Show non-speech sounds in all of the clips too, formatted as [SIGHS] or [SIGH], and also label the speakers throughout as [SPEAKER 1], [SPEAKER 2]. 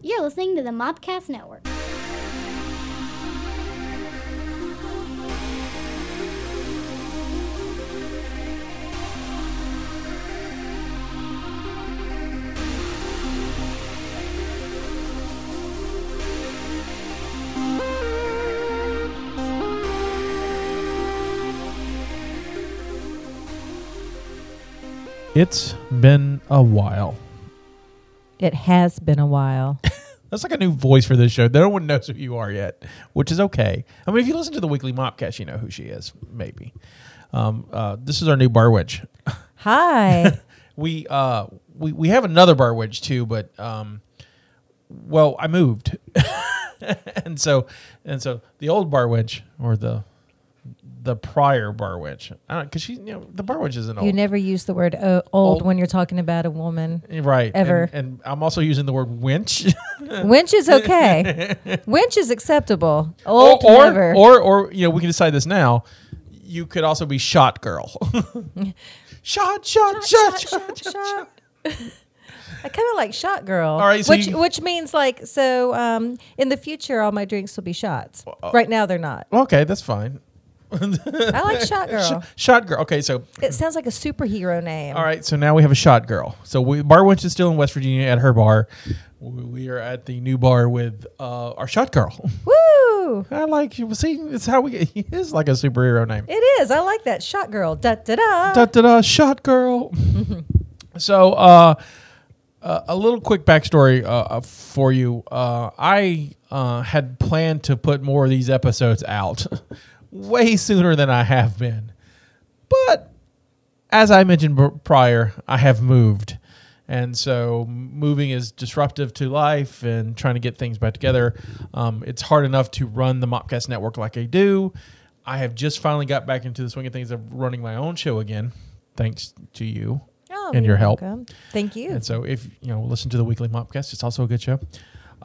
[SPEAKER 1] You're listening to the Mobcast Network.
[SPEAKER 2] It's been a while.
[SPEAKER 3] It has been
[SPEAKER 2] [LAUGHS]
[SPEAKER 3] a while.
[SPEAKER 2] That's like a new voice for this show. No one knows who you are yet, which is okay. I mean, if you listen to the weekly mopcast, you know who she is, maybe. Um, uh, this is our new bar witch.
[SPEAKER 3] Hi.
[SPEAKER 2] We uh, we we have another bar witch too, but um, well, I moved, [LAUGHS] and so and so the old bar witch or the the prior bar witch, because she you know the bar witch isn't old.
[SPEAKER 3] you never use the word o- old when you're talking about a woman.
[SPEAKER 2] Right. and-
[SPEAKER 3] ever.
[SPEAKER 2] And, I'm also using the word [LAUGHS] winch.
[SPEAKER 3] Winch
[SPEAKER 2] [LAUGHS]
[SPEAKER 3] is okay. Winch is acceptable. Old
[SPEAKER 2] or,
[SPEAKER 3] never.
[SPEAKER 2] or or you know, we can decide this now. You could also be shot girl. shot, shot, shot, shot, shot,
[SPEAKER 3] [LAUGHS] I kind of like shot girl.
[SPEAKER 2] All right, so
[SPEAKER 3] which
[SPEAKER 2] you-
[SPEAKER 3] which means like so. Um, in the future, all my drinks will be shots.
[SPEAKER 2] uh,
[SPEAKER 3] right now,
[SPEAKER 2] [LAUGHS]
[SPEAKER 3] they're not.
[SPEAKER 2] Okay, that's fine.
[SPEAKER 3] I like shot girl.
[SPEAKER 2] Shot girl. Okay, so
[SPEAKER 3] It sounds like a superhero name.
[SPEAKER 2] all right, so now we have a shot girl. So we, Bar Winch is still in West Virginia at her bar. We we are at the new bar with uh, our shot girl. [LAUGHS]
[SPEAKER 3] Woo!
[SPEAKER 2] I like you. See, it's how [LAUGHS] we. It is like a superhero name.
[SPEAKER 3] It is. I like that shot girl. Da da da.
[SPEAKER 2] da da da shot girl. [LAUGHS] so uh, uh, a little quick backstory uh, uh, for you. Uh, I uh, had planned to put more of these episodes out [LAUGHS] way sooner than I have been, but as I mentioned b- prior, I have moved. And so moving is disruptive to life and trying to get things back together. Um, it's hard enough to run the Mopcast network like I do. I have just finally got back into the swing of things of running my own show again, thanks to you
[SPEAKER 3] Oh,
[SPEAKER 2] and
[SPEAKER 3] you're
[SPEAKER 2] your help.
[SPEAKER 3] welcome. Thank you.
[SPEAKER 2] And so, if you know, listen to the weekly Mopcast. It's also a good show.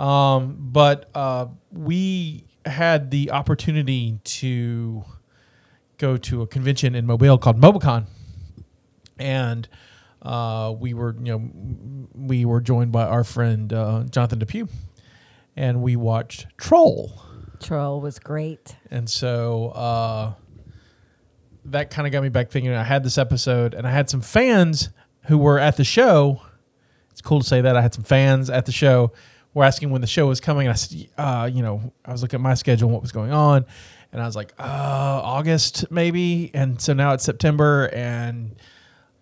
[SPEAKER 2] Um, but uh, we had the opportunity to go to a convention in Mobile called Mobicon, and uh, we were you know we were joined by our friend uh, Jonathan Depew, and we watched Troll.
[SPEAKER 3] Troll was great.
[SPEAKER 2] And so uh, that kind of got me back thinking. I had this episode, and I had some fans who were at the show. It's cool to say that I had some fans at the show. Were asking when the show was coming. And I said, uh, you know, I was looking at my schedule and what was going on, and I was like, uh, August maybe. And so now it's September, and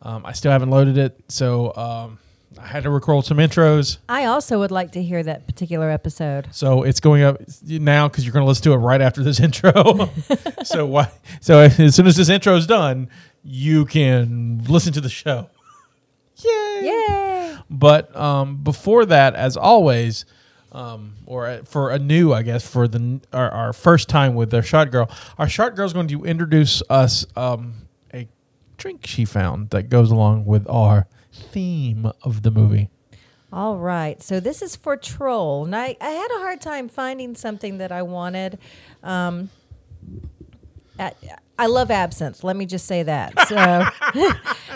[SPEAKER 2] um, I still haven't loaded it. So um, I had to record some intros.
[SPEAKER 3] I also would like to hear that particular episode.
[SPEAKER 2] So it's going up now because you're going to listen to it right after this [LAUGHS] intro. so why? So as soon as this intro is done, you can listen to the show. Yay!
[SPEAKER 3] Yay!
[SPEAKER 2] But um, before that, as always, um, or uh, for a new, I guess, for the n- our, our first time with their shot girl, our shot girl is going to introduce us um, a drink she found that goes along with our theme of the movie.
[SPEAKER 3] All right. So this is for Troll. And I, I had a hard time finding something that I wanted. Um, I, I love absinthe. Let me just say that. So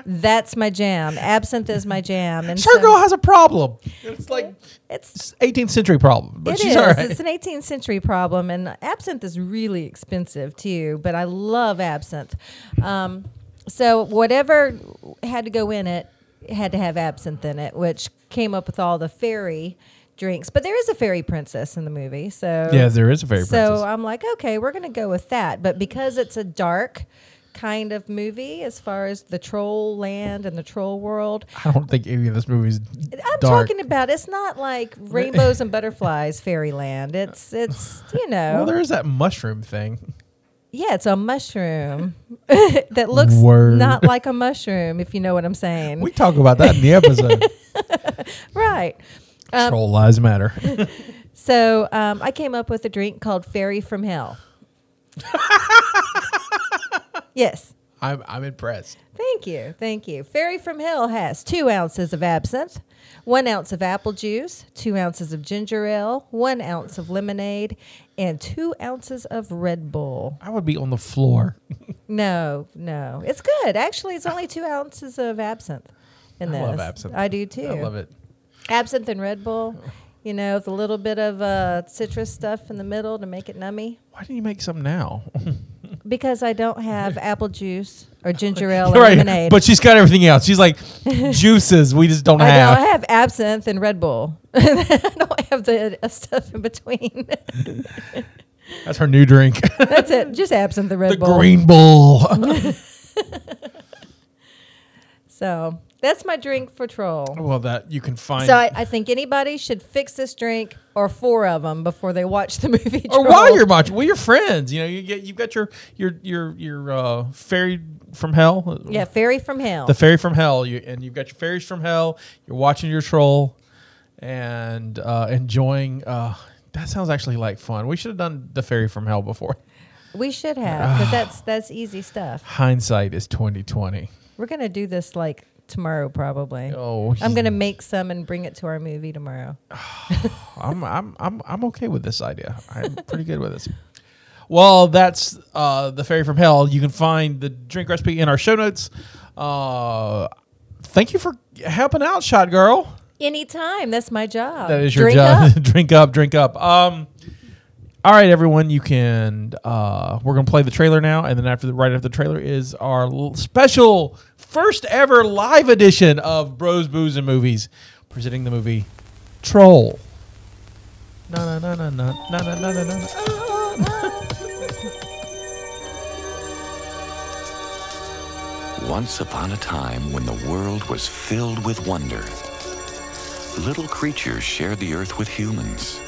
[SPEAKER 3] [LAUGHS] that's my jam. Absinthe is my jam. And
[SPEAKER 2] Shot
[SPEAKER 3] so
[SPEAKER 2] girl has a problem. It's like.
[SPEAKER 3] it's
[SPEAKER 2] 18th century problem, but
[SPEAKER 3] It
[SPEAKER 2] she's
[SPEAKER 3] is.
[SPEAKER 2] all right.
[SPEAKER 3] It's an 18th century problem, and absinthe is really expensive too. But I love absinthe. Um, so whatever had to go in it had to have absinthe in it, which came up with all the fairy drinks. But there is a fairy princess in the movie, so
[SPEAKER 2] yeah, there is a fairy princess.
[SPEAKER 3] so um, I'm like, okay, we're gonna go with that. But because it's a dark kind of movie as far as the troll land and the troll world
[SPEAKER 2] I don't think any of this movie's
[SPEAKER 3] I'm
[SPEAKER 2] dark.
[SPEAKER 3] talking about it's
[SPEAKER 2] [LAUGHS]
[SPEAKER 3] not like rainbows and butterflies fairyland. It's it's you
[SPEAKER 2] [LAUGHS]
[SPEAKER 3] know
[SPEAKER 2] well, there is that mushroom thing.
[SPEAKER 3] yeah, it's a mushroom [LAUGHS] that looks
[SPEAKER 2] Word.
[SPEAKER 3] not like a mushroom if you know what I'm saying.
[SPEAKER 2] We talk about that in
[SPEAKER 3] [LAUGHS]
[SPEAKER 2] the episode.
[SPEAKER 3] right. Um,
[SPEAKER 2] Troll lives matter.
[SPEAKER 3] So um, I came up with a drink called Fairy from
[SPEAKER 2] [LAUGHS]
[SPEAKER 3] Hell. yes.
[SPEAKER 2] [LAUGHS] I'm I'm impressed.
[SPEAKER 3] Thank you. Thank you. Fairy from Hell has two ounces of absinthe, one ounce of apple juice, two ounces of ginger ale, one ounce of lemonade, and two ounces of Red Bull.
[SPEAKER 2] I would be on the floor.
[SPEAKER 3] No, no. It's good. Actually, it's only two ounces of absinthe in
[SPEAKER 2] I
[SPEAKER 3] this.
[SPEAKER 2] love absinthe.
[SPEAKER 3] I do too.
[SPEAKER 2] I love it.
[SPEAKER 3] Absinthe and Red Bull. you know, with a little bit of uh, citrus stuff in the middle to make it nummy.
[SPEAKER 2] Why didn't you make some now?
[SPEAKER 3] Because I
[SPEAKER 2] [LAUGHS]
[SPEAKER 3] don't have apple juice or ginger ale or
[SPEAKER 2] right.
[SPEAKER 3] lemonade.
[SPEAKER 2] But she's got everything else. She's
[SPEAKER 3] [LAUGHS]
[SPEAKER 2] like juices we just don't
[SPEAKER 3] I
[SPEAKER 2] have.
[SPEAKER 3] don't have absinthe and Red Bull. [LAUGHS] I don't have the [LAUGHS] uh, stuff in between. [LAUGHS]
[SPEAKER 2] That's her new drink.
[SPEAKER 3] That's it. Just absinthe and Red
[SPEAKER 2] the
[SPEAKER 3] Bull.
[SPEAKER 2] Green
[SPEAKER 3] [LAUGHS]
[SPEAKER 2] Bull.
[SPEAKER 3] So that's my drink for troll.
[SPEAKER 2] well, that you can find.
[SPEAKER 3] So I, I think anybody should fix this drink or four of them before they watch the [LAUGHS] movie.
[SPEAKER 2] or
[SPEAKER 3] Troll.
[SPEAKER 2] while you're watching, well, your friends, you know, you get you've got your your your your uh, fairy from hell,
[SPEAKER 3] yeah, fairy from hell.
[SPEAKER 2] the fairy from hell, you and you've got your fairies from hell. You're watching your troll and uh, enjoying. Uh, that sounds actually like fun. We should have done the fairy from hell before. [LAUGHS]
[SPEAKER 3] we should have because
[SPEAKER 2] [SIGHS]
[SPEAKER 3] that's that's easy stuff.
[SPEAKER 2] Hindsight is twenty twenty.
[SPEAKER 3] We're gonna do this like tomorrow probably.
[SPEAKER 2] Oh,
[SPEAKER 3] I'm gonna make some and bring it to our movie tomorrow.
[SPEAKER 2] I'm I'm I'm I'm okay with this idea. I'm pretty good with this. Well, that's uh, the fairy from hell. You can find the drink recipe in our show notes. Uh, thank you for helping out, Shot Girl.
[SPEAKER 3] Anytime. That's my job.
[SPEAKER 2] That is your
[SPEAKER 3] Drink
[SPEAKER 2] job. [LAUGHS]
[SPEAKER 3] up.
[SPEAKER 2] drink up, drink up. Um, all right, everyone. You can. Uh, we're gonna play the trailer now, and then after the right after the trailer is our l- special first ever live edition of Bros, Booze, and Movies, presenting the movie Troll. Na na na na na na na na na. na.
[SPEAKER 4] Once upon a time when the world was filled with wonder, little creatures shared the earth with humans.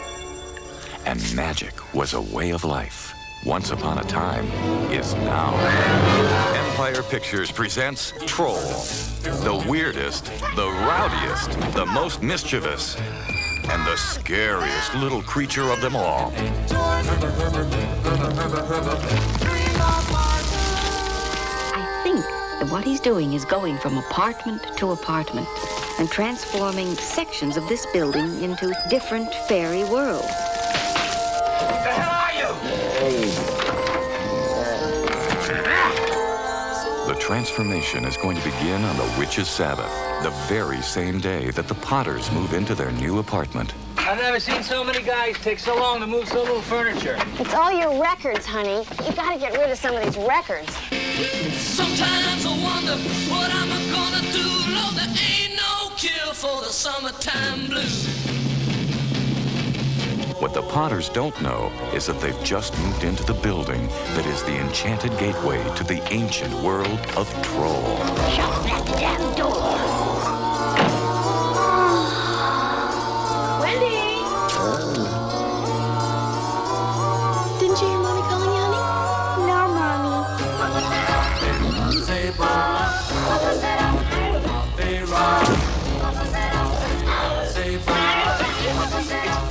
[SPEAKER 4] And magic was a way of life. Once upon a time is now. Empire Pictures presents Troll. The weirdest, the rowdiest, the most mischievous, and the scariest little creature of them all.
[SPEAKER 5] I think that what he's doing is going from apartment to apartment and transforming sections of this building into different fairy worlds.
[SPEAKER 4] The transformation is going to begin on the Witches' Sabbath, the very same day that the Potters move into their new apartment.
[SPEAKER 6] I've never seen so many guys take so long to move so little furniture.
[SPEAKER 7] It's all your records, honey. You gotta get rid of some of these records.
[SPEAKER 8] Sometimes I wonder what I'm gonna do. Lord, there ain't no cure for the summertime blues.
[SPEAKER 4] What the Potters don't know is that they've just moved into the building that is the enchanted gateway to the ancient world of Troll.
[SPEAKER 7] Shut that damn door. Wendy! Didn't you hear mommy calling you, honey? No, mommy.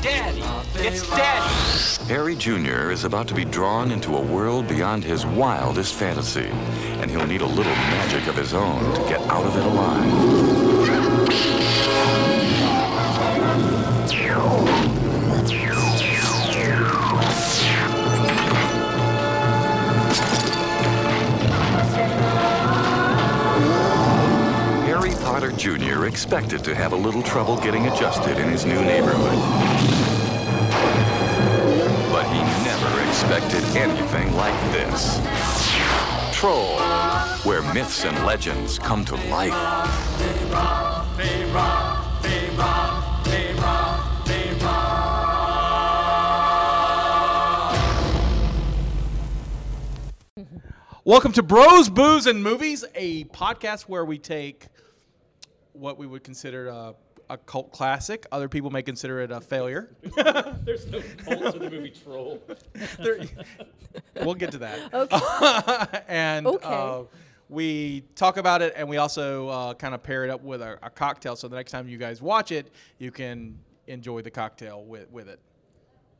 [SPEAKER 6] Daddy, it's daddy.
[SPEAKER 4] Harry Jr. is about to be drawn into a world beyond his wildest fantasy, and he'll need a little magic of his own to get out of it alive. Harry Potter Jr. expected to have a little trouble getting adjusted in his new neighborhood. But he never expected anything like this. Troll, where myths and legends come to life.
[SPEAKER 2] [LAUGHS] Welcome to Bros, Booze, and Movies, a podcast where we take what we would consider a, a cult classic. Other people may consider it a failure. There's
[SPEAKER 3] [LAUGHS]
[SPEAKER 2] no cult to the movie Troll. [LAUGHS] we'll get to that. Okay. [LAUGHS] and
[SPEAKER 3] Okay.
[SPEAKER 2] uh, we talk about it, and we also uh, kind of pair it up with a, a cocktail. So the next time you guys watch it, you can enjoy the cocktail with, with it.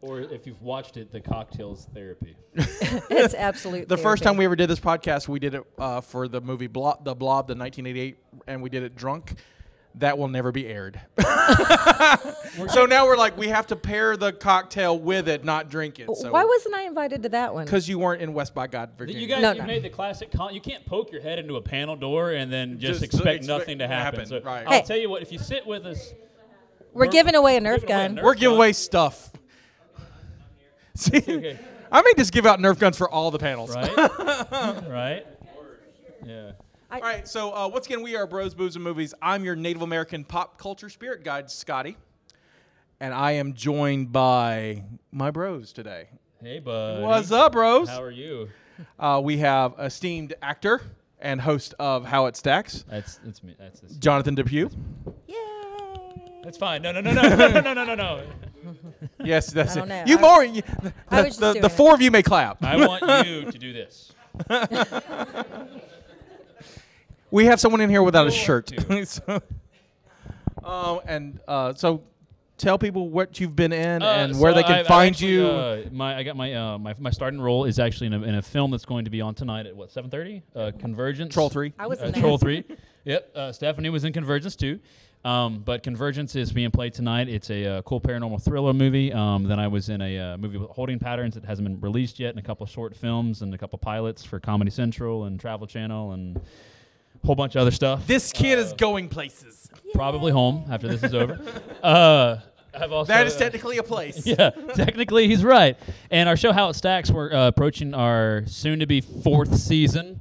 [SPEAKER 9] Or if you've watched it, the cocktails therapy.
[SPEAKER 3] It's absolute.
[SPEAKER 2] The first
[SPEAKER 3] therapy.
[SPEAKER 2] time we ever did this podcast, we did it uh, for the movie Blob, The Blob, the 1988, and we did it drunk. That will never be
[SPEAKER 3] [LAUGHS]
[SPEAKER 2] aired. so now we're like, we have to pair the cocktail with it, not drink it. So
[SPEAKER 3] Why wasn't I invited to that one?
[SPEAKER 2] Because you weren't in West by God, Virginia.
[SPEAKER 9] You guys
[SPEAKER 3] No,
[SPEAKER 9] you
[SPEAKER 3] no.
[SPEAKER 9] made the classic con. You can't poke your head into a panel door and then just,
[SPEAKER 2] Just
[SPEAKER 9] expect
[SPEAKER 2] expect
[SPEAKER 9] nothing to happen.
[SPEAKER 2] happen,
[SPEAKER 9] So
[SPEAKER 2] right.
[SPEAKER 9] I'll
[SPEAKER 2] [LAUGHS]
[SPEAKER 3] Hey.
[SPEAKER 9] tell you what, if you sit with us,
[SPEAKER 3] We're, giving away a Nerf
[SPEAKER 9] giving away a
[SPEAKER 3] gun.
[SPEAKER 9] Nerf
[SPEAKER 2] We're giving away stuff. [LAUGHS]
[SPEAKER 9] [LAUGHS]
[SPEAKER 2] See, I may just give out Nerf guns for all the panels.
[SPEAKER 9] right? right? Yeah.
[SPEAKER 2] [LAUGHS] All right. So uh, once again, we are Bros, Booze, and Movies. I'm your Native American pop culture spirit guide, Scotty, and I am joined by my bros today.
[SPEAKER 9] Hey, bud.
[SPEAKER 2] What's up, bros?
[SPEAKER 9] How are you?
[SPEAKER 2] Uh, we have esteemed actor and host of How It Stacks,
[SPEAKER 9] That's that's me. That's this.
[SPEAKER 2] Jonathan
[SPEAKER 3] [LAUGHS]
[SPEAKER 2] Depew.
[SPEAKER 3] Yay!
[SPEAKER 9] That's fine. No, no, no, no, no, no, no, no, no, no.
[SPEAKER 2] Yes, that's
[SPEAKER 3] don't
[SPEAKER 2] it.
[SPEAKER 3] know.
[SPEAKER 2] You
[SPEAKER 3] I-
[SPEAKER 2] more. You, the
[SPEAKER 3] I was just
[SPEAKER 2] the,
[SPEAKER 3] doing
[SPEAKER 2] the
[SPEAKER 3] it.
[SPEAKER 2] four of you may clap.
[SPEAKER 9] I want you to do [LAUGHS] this.
[SPEAKER 2] We have someone in here without a shirt. [LAUGHS]
[SPEAKER 9] two.
[SPEAKER 2] so, um, and uh, so tell people what you've been in and
[SPEAKER 9] Uh,
[SPEAKER 2] where
[SPEAKER 9] so
[SPEAKER 2] they can
[SPEAKER 9] I- I've
[SPEAKER 2] find
[SPEAKER 9] actually,
[SPEAKER 2] you.
[SPEAKER 9] Uh, my I got my uh, my my starting role is actually in a, in a film that's going to be on tonight at what seven thirty? Uh, Convergence.
[SPEAKER 2] Troll 3.
[SPEAKER 3] I was
[SPEAKER 9] Uh,
[SPEAKER 3] in there.
[SPEAKER 9] Troll Three. [LAUGHS] Yep. Uh, Stephanie was in Convergence too. Um, but Convergence is being played tonight. It's a uh, cool paranormal thriller movie. Um, then I was in a uh, movie with Holding Patterns that hasn't been released yet, and a couple of short films and a couple of pilots for Comedy Central and Travel Channel and a whole bunch of other stuff.
[SPEAKER 2] this kid
[SPEAKER 3] Uh,
[SPEAKER 2] is going
[SPEAKER 3] [LAUGHS]
[SPEAKER 2] places.
[SPEAKER 9] probably home after this
[SPEAKER 2] [LAUGHS]
[SPEAKER 9] is over. Uh, I've also
[SPEAKER 2] That is
[SPEAKER 9] uh,
[SPEAKER 2] technically a place.
[SPEAKER 9] [LAUGHS] yeah, technically he's right. And our show, How It Stacks, we're uh, approaching our soon-to-be fourth season.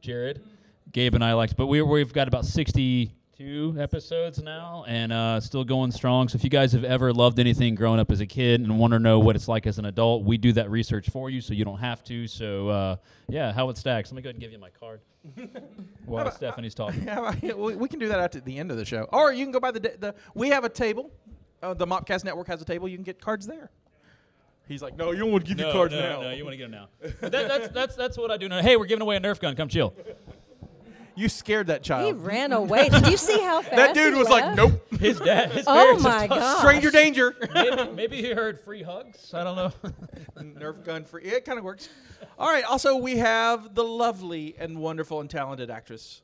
[SPEAKER 9] Jared, Gabe, and I liked, but we, we've got about sixty-two episodes now, and uh, still going strong. So if you guys have ever loved anything growing up as a kid and want to know what it's like as an adult, we do that research for you, so you don't have to. So uh, yeah, How It Stacks. Let me go ahead and give you my
[SPEAKER 2] [LAUGHS]
[SPEAKER 9] card while Stephanie's talking.
[SPEAKER 2] How about- [LAUGHS] yeah, we we can do that after the end of the show, or you can go by the. da- the we have a table. Uh, the Mopcast Network has a table. You can get cards there. He's like, no, you don't want to give you cards
[SPEAKER 9] no,
[SPEAKER 2] now.
[SPEAKER 9] No, you want to get them now. But that, that's, that's, that's what I do now. Hey, we're giving away a Nerf gun. Come chill.
[SPEAKER 2] You scared Um, [LAUGHS] that
[SPEAKER 3] He
[SPEAKER 2] child.
[SPEAKER 3] ran away. Did you see how fast
[SPEAKER 2] that dude
[SPEAKER 3] he
[SPEAKER 2] was like,
[SPEAKER 3] left?
[SPEAKER 2] nope.
[SPEAKER 9] His dad. His
[SPEAKER 3] [LAUGHS] Oh
[SPEAKER 9] parents are
[SPEAKER 3] my
[SPEAKER 9] tough.
[SPEAKER 3] god.
[SPEAKER 2] Stranger danger.
[SPEAKER 3] [LAUGHS]
[SPEAKER 9] Maybe, [LAUGHS] maybe he heard free hugs. I don't [LAUGHS] know.
[SPEAKER 2] Nerf gun free. It kind of works. All right. Also, we have the lovely and wonderful and talented actress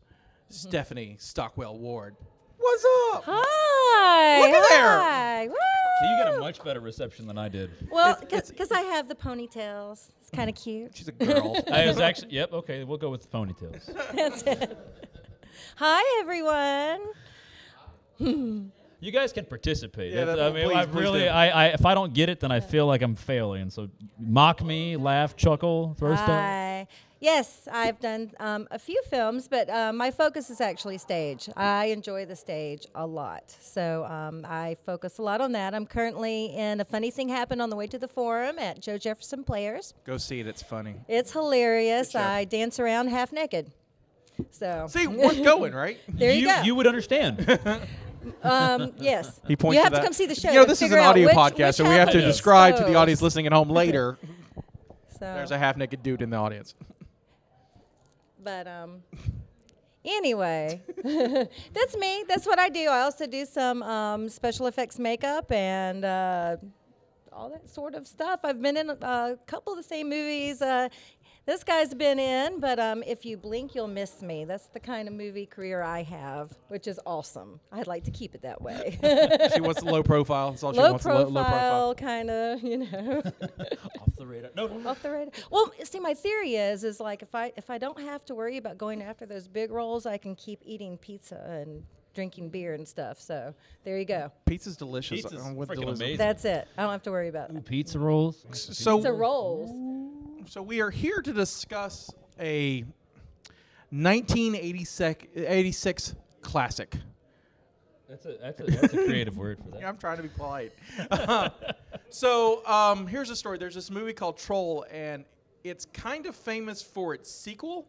[SPEAKER 2] Stephanie Stockwell Ward. What's up?
[SPEAKER 3] Hi.
[SPEAKER 2] Look at there.
[SPEAKER 3] hi. Woo.
[SPEAKER 9] you got a much better reception than I did.
[SPEAKER 7] Well, because I have the ponytails. It's kind of
[SPEAKER 2] Mm-hmm.
[SPEAKER 7] cute.
[SPEAKER 2] She's a girl.
[SPEAKER 9] I was actually. Yep. Okay. We'll go with ponytails.
[SPEAKER 3] That's it. Hi, everyone.
[SPEAKER 9] You guys can participate.
[SPEAKER 2] Yeah,
[SPEAKER 9] That's-
[SPEAKER 2] that-
[SPEAKER 9] I mean,
[SPEAKER 2] please-
[SPEAKER 9] I
[SPEAKER 2] please
[SPEAKER 9] really.
[SPEAKER 2] do.
[SPEAKER 9] I, I. If I don't get it, then I feel like I'm failing. So mock me, laugh, chuckle, throw stuff.
[SPEAKER 3] Hi. Yes, I've done um, a few films, but um, my focus is actually stage. I enjoy the stage a lot, so um, I focus a lot on that. I'm currently in a funny thing happened on the way to the forum at Joe Jefferson Players.
[SPEAKER 2] [LAUGHS] Go see it. It's funny.
[SPEAKER 3] It's hilarious.
[SPEAKER 2] Good show.
[SPEAKER 3] I dance around half naked. So
[SPEAKER 2] See, we're going [LAUGHS] right.
[SPEAKER 3] there you,
[SPEAKER 9] you,
[SPEAKER 3] go.
[SPEAKER 2] [LAUGHS]
[SPEAKER 9] would understand.
[SPEAKER 3] um, yes.
[SPEAKER 2] He points
[SPEAKER 3] You
[SPEAKER 2] to
[SPEAKER 3] have to
[SPEAKER 2] that.
[SPEAKER 3] come see the show.
[SPEAKER 2] You know,
[SPEAKER 3] to
[SPEAKER 2] this is
[SPEAKER 3] figure
[SPEAKER 2] an
[SPEAKER 3] out
[SPEAKER 2] audio
[SPEAKER 3] which-
[SPEAKER 2] podcast,
[SPEAKER 3] which
[SPEAKER 2] so we have to
[SPEAKER 3] half is
[SPEAKER 2] describe to the
[SPEAKER 3] exposed.
[SPEAKER 2] audience listening at home later.
[SPEAKER 3] So,
[SPEAKER 2] [LAUGHS] There's a half-naked dude in the audience.
[SPEAKER 3] But um, anyway, [LAUGHS] that's me. That's what I do. I also do some um, special effects makeup and uh, all that sort of stuff. I've been in a couple of the same movies. Uh, this guy's been in, but um, if you blink, you'll miss me. That's the kind of movie career I have, which is awesome. I'd like to keep it that way.
[SPEAKER 2] She wants the low profile. That's all she
[SPEAKER 3] low,
[SPEAKER 2] wants.
[SPEAKER 3] profile,
[SPEAKER 2] Low, low profile.
[SPEAKER 3] kind of, you know.
[SPEAKER 9] Off the radar. No. no, no.
[SPEAKER 3] off the radar. Well, see, my theory is is like if I if I don't have to worry about going after those big rolls, I can keep eating pizza and drinking beer and stuff. So there you go.
[SPEAKER 2] Pizza's delicious.
[SPEAKER 9] Pizza's
[SPEAKER 2] I'm with
[SPEAKER 9] freaking
[SPEAKER 2] Delizio.
[SPEAKER 9] amazing.
[SPEAKER 3] That's it. I don't have to worry about it.
[SPEAKER 9] Pizza rolls.
[SPEAKER 2] So
[SPEAKER 3] pizza rolls.
[SPEAKER 2] So we are here to discuss a 1986 classic.
[SPEAKER 9] That's a. That's a, that's a creative word for that.
[SPEAKER 2] I'm trying to be polite. [LAUGHS] so um, here's a story. There's this movie called Troll, and it's kind of famous for its sequel.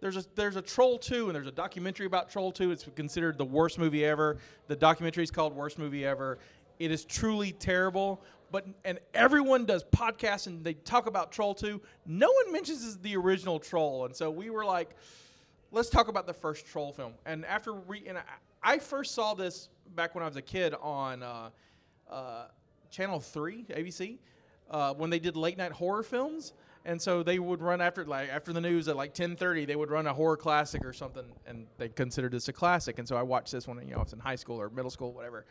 [SPEAKER 2] There's a there's a Troll 2, and there's a documentary about Troll 2. It's considered the worst movie ever. The documentary is called Worst Movie Ever. It is truly terrible. But and everyone does podcasts and they talk about Troll 2. No one mentions the original Troll, and so we were like, let's talk about the first troll film. And after re- and I, I first saw this back when I was a kid on uh, uh, Channel Three, ABC, uh, when they did late night horror films. And so they would run after like after the news at like ten thirty, they would run a horror classic or something, and they considered this a classic. And so I watched this one, you know, I was in high school or middle school, whatever.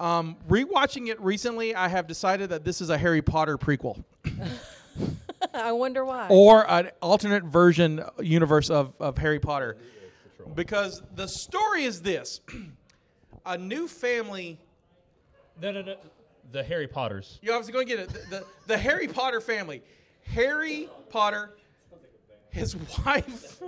[SPEAKER 2] Um, rewatching it recently, I have decided that this is a Harry Potter prequel
[SPEAKER 3] I wonder why.
[SPEAKER 2] or an alternate version uh, universe of, of Harry [CLEARS THROAT] Potter. Because the story is this a new family
[SPEAKER 9] No, no, no. The Harry Potters.
[SPEAKER 2] You obviously going to get it. The, the, the Harry Potter family. Harry Potter, his wife,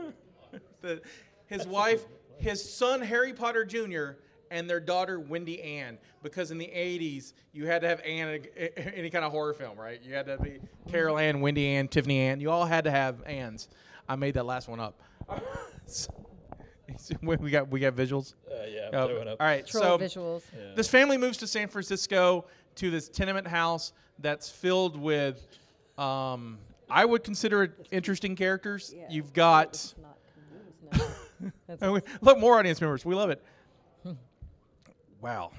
[SPEAKER 2] [LAUGHS] the, his wife, his son Harry Potter Jr., and their daughter Wendy Ann. Because in the 80s, you had to have Ann in a- any kind of horror film, right? You had to be Carol Ann, Wendy Ann, Tiffany Ann. You all had to have Anns. I made that last one up. [LAUGHS] we got we got visuals.
[SPEAKER 9] Uh, yeah.
[SPEAKER 2] Uh, all right, so
[SPEAKER 3] Troll visuals.
[SPEAKER 2] this family moves to San Francisco to this tenement house that's filled with, um, I would consider it interesting characters. You've got. [LAUGHS] And we- look, more audience members. We love it. Wow.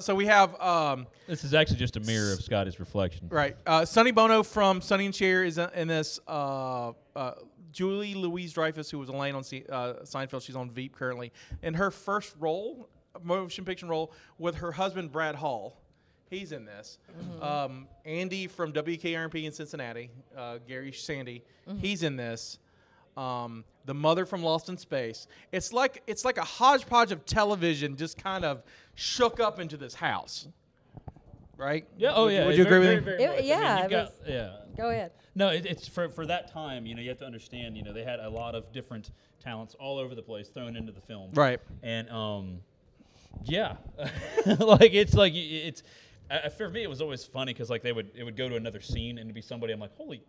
[SPEAKER 2] [LAUGHS] so we have, um,
[SPEAKER 9] This is actually just a mirror of Scotty's reflection.
[SPEAKER 2] right, uh, Sonny Bono from Sonny and Cher is in this. Uh, uh, Julie Louise Dreyfus, who was Elaine on Se- uh, Seinfeld, she's on Veep currently. In her first role, motion picture role, with her husband, Brad Hall. He's in this. Um, Andy from WKRP in Cincinnati, uh, Gary Sandy, he's in this. Um, the mother from Lost in Space. It's like it's like a hodgepodge of television just kind of shook up into this house, right?
[SPEAKER 9] Yeah. Oh
[SPEAKER 2] Would you-
[SPEAKER 9] yeah.
[SPEAKER 2] Would you
[SPEAKER 9] very-
[SPEAKER 2] agree with
[SPEAKER 9] very,
[SPEAKER 2] me?
[SPEAKER 9] very
[SPEAKER 3] It-
[SPEAKER 9] much. I mean,
[SPEAKER 3] yeah,
[SPEAKER 9] you've
[SPEAKER 3] it
[SPEAKER 9] got- yeah.
[SPEAKER 3] Go ahead.
[SPEAKER 9] No, it, it's for for that time. You know, you have to understand. You know, they had a lot of different talents all over the place thrown into the film.
[SPEAKER 2] Right.
[SPEAKER 9] And um, yeah, [LAUGHS] like it's like y- it's. I, I- for me, it was always funny because like they would it would go to another scene and it'd be somebody. I'm like, holy.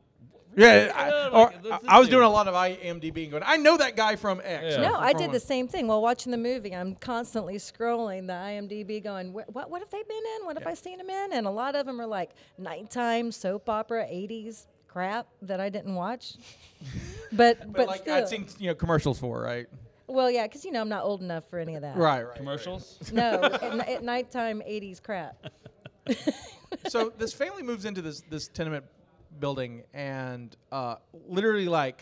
[SPEAKER 2] Yeah, I,
[SPEAKER 9] Yeah,
[SPEAKER 2] or-
[SPEAKER 9] like, let's
[SPEAKER 2] I- I was
[SPEAKER 9] do
[SPEAKER 2] doing
[SPEAKER 9] it.
[SPEAKER 2] a lot of IMDb and going, I know that guy from X.
[SPEAKER 9] Yeah.
[SPEAKER 2] or
[SPEAKER 3] No, I
[SPEAKER 2] from-
[SPEAKER 3] did the same thing while watching the movie. I'm constantly scrolling the IMDb, going, "Wh- "What? What have they been in? What have I seen them in?" And a lot of them are like nighttime soap opera, '80s crap that I didn't watch. but but,
[SPEAKER 2] But, like
[SPEAKER 3] still,
[SPEAKER 2] I'd seen you know commercials for right,
[SPEAKER 3] well, yeah, because you know I'm not old enough for any of that.
[SPEAKER 2] right, right.
[SPEAKER 9] Commercials.
[SPEAKER 2] [LAUGHS]
[SPEAKER 3] No, at, n- at nighttime '80s crap.
[SPEAKER 2] so this family moves into this this tenement building, and uh, literally like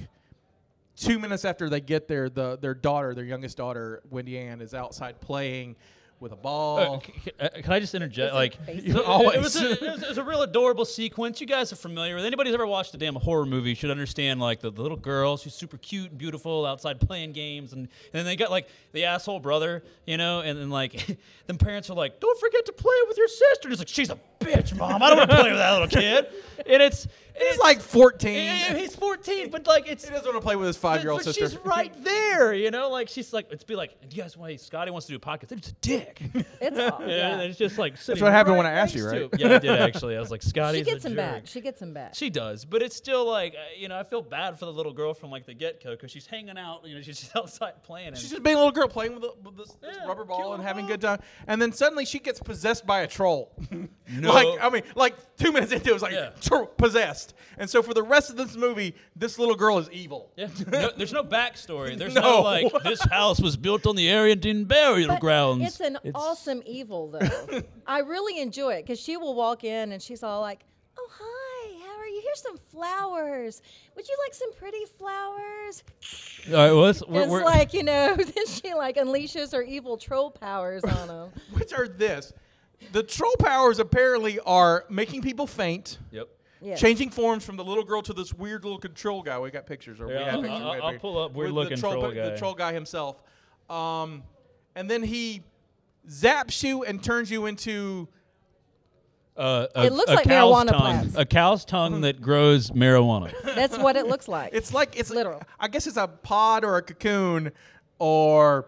[SPEAKER 2] two minutes after they get there, the their daughter, their youngest daughter, Wendy Ann, is outside playing with a
[SPEAKER 9] Uh,
[SPEAKER 2] ball.
[SPEAKER 9] c- c- uh, can I just interject? Like,
[SPEAKER 3] basic.
[SPEAKER 9] [LAUGHS] so it- It,
[SPEAKER 2] Always.
[SPEAKER 9] was a, it, was, it was a real adorable sequence. You guys are familiar with. Anybody's ever watched a damn horror movie should understand. Like the, the little girl, she's super cute and beautiful outside playing games, and and then they got like the asshole brother, you know, and then like, [LAUGHS] then parents are like, don't forget to play with your sister. And it's like she's a bitch, mom. I don't want to play with that little kid. [LAUGHS] And it's it's
[SPEAKER 2] He's like 14.
[SPEAKER 9] yeah, he's 14, but like it's
[SPEAKER 2] He doesn't want to play with his five year old
[SPEAKER 9] but
[SPEAKER 2] sister.
[SPEAKER 9] she's right there, you know. Like she's like, it's be like, do you guys why Scotty wants to do a podcast? It's a dick. [LAUGHS]
[SPEAKER 3] It's all.
[SPEAKER 9] Yeah,
[SPEAKER 3] yeah.
[SPEAKER 9] and it's just like that's
[SPEAKER 2] what happened when I asked you, right?
[SPEAKER 9] Yeah, I did actually. I was like, Scotty.
[SPEAKER 3] She gets him back. She gets him back.
[SPEAKER 9] She does, but it's still like uh, you know I feel bad for the little girl from like the get go because she's hanging out, you know, she's just [LAUGHS] outside playing. And
[SPEAKER 2] She's just being a little girl playing with, the, with this, this
[SPEAKER 9] Yeah,
[SPEAKER 2] rubber ball
[SPEAKER 9] killing
[SPEAKER 2] and
[SPEAKER 9] a
[SPEAKER 2] having a
[SPEAKER 9] ball.
[SPEAKER 2] good time. And then suddenly she gets possessed by a troll. [LAUGHS]
[SPEAKER 9] No.
[SPEAKER 2] like, I mean, like two minutes into it, it's like,
[SPEAKER 9] Yeah.
[SPEAKER 2] "Troll- possessed. And so for the rest of this movie, this little girl is evil.
[SPEAKER 9] yeah. no, there's no
[SPEAKER 2] [LAUGHS]
[SPEAKER 9] backstory. There's no.
[SPEAKER 2] No.
[SPEAKER 9] like this house was built on the Arrington burial
[SPEAKER 3] But
[SPEAKER 9] grounds.
[SPEAKER 3] It's an awesome
[SPEAKER 2] [LAUGHS]
[SPEAKER 3] evil, though. I really enjoy it because she will walk in and she's all like, "Oh hi, how are you? Here's some flowers. Would you like some pretty flowers?"
[SPEAKER 9] All right, well, let's-
[SPEAKER 3] it's like you know. [LAUGHS] then she like unleashes her evil troll powers on them.
[SPEAKER 2] Which are this. The troll powers apparently are making people faint,
[SPEAKER 9] yep.
[SPEAKER 2] [LAUGHS]
[SPEAKER 3] Yes.
[SPEAKER 2] changing forms from the little girl to this weird little control guy. We got pictures. Or we
[SPEAKER 9] Yeah,
[SPEAKER 2] had
[SPEAKER 9] I'll-
[SPEAKER 2] pictures, we
[SPEAKER 9] I'll-
[SPEAKER 2] had
[SPEAKER 9] I'll
[SPEAKER 2] pictures.
[SPEAKER 9] pull up
[SPEAKER 2] With
[SPEAKER 9] weird-looking
[SPEAKER 2] the troll,
[SPEAKER 9] troll
[SPEAKER 2] pa- The
[SPEAKER 9] guy.
[SPEAKER 2] troll guy himself. Um, and then he zaps you and turns you into
[SPEAKER 9] Uh, a,
[SPEAKER 3] It looks
[SPEAKER 9] a
[SPEAKER 3] like
[SPEAKER 9] cow's
[SPEAKER 3] marijuana
[SPEAKER 9] tongue,
[SPEAKER 3] plants.
[SPEAKER 9] A cow's tongue that grows marijuana.
[SPEAKER 3] [LAUGHS] That's what it looks like.
[SPEAKER 2] It's like it's
[SPEAKER 3] Literal.
[SPEAKER 2] I guess it's a pod or a cocoon or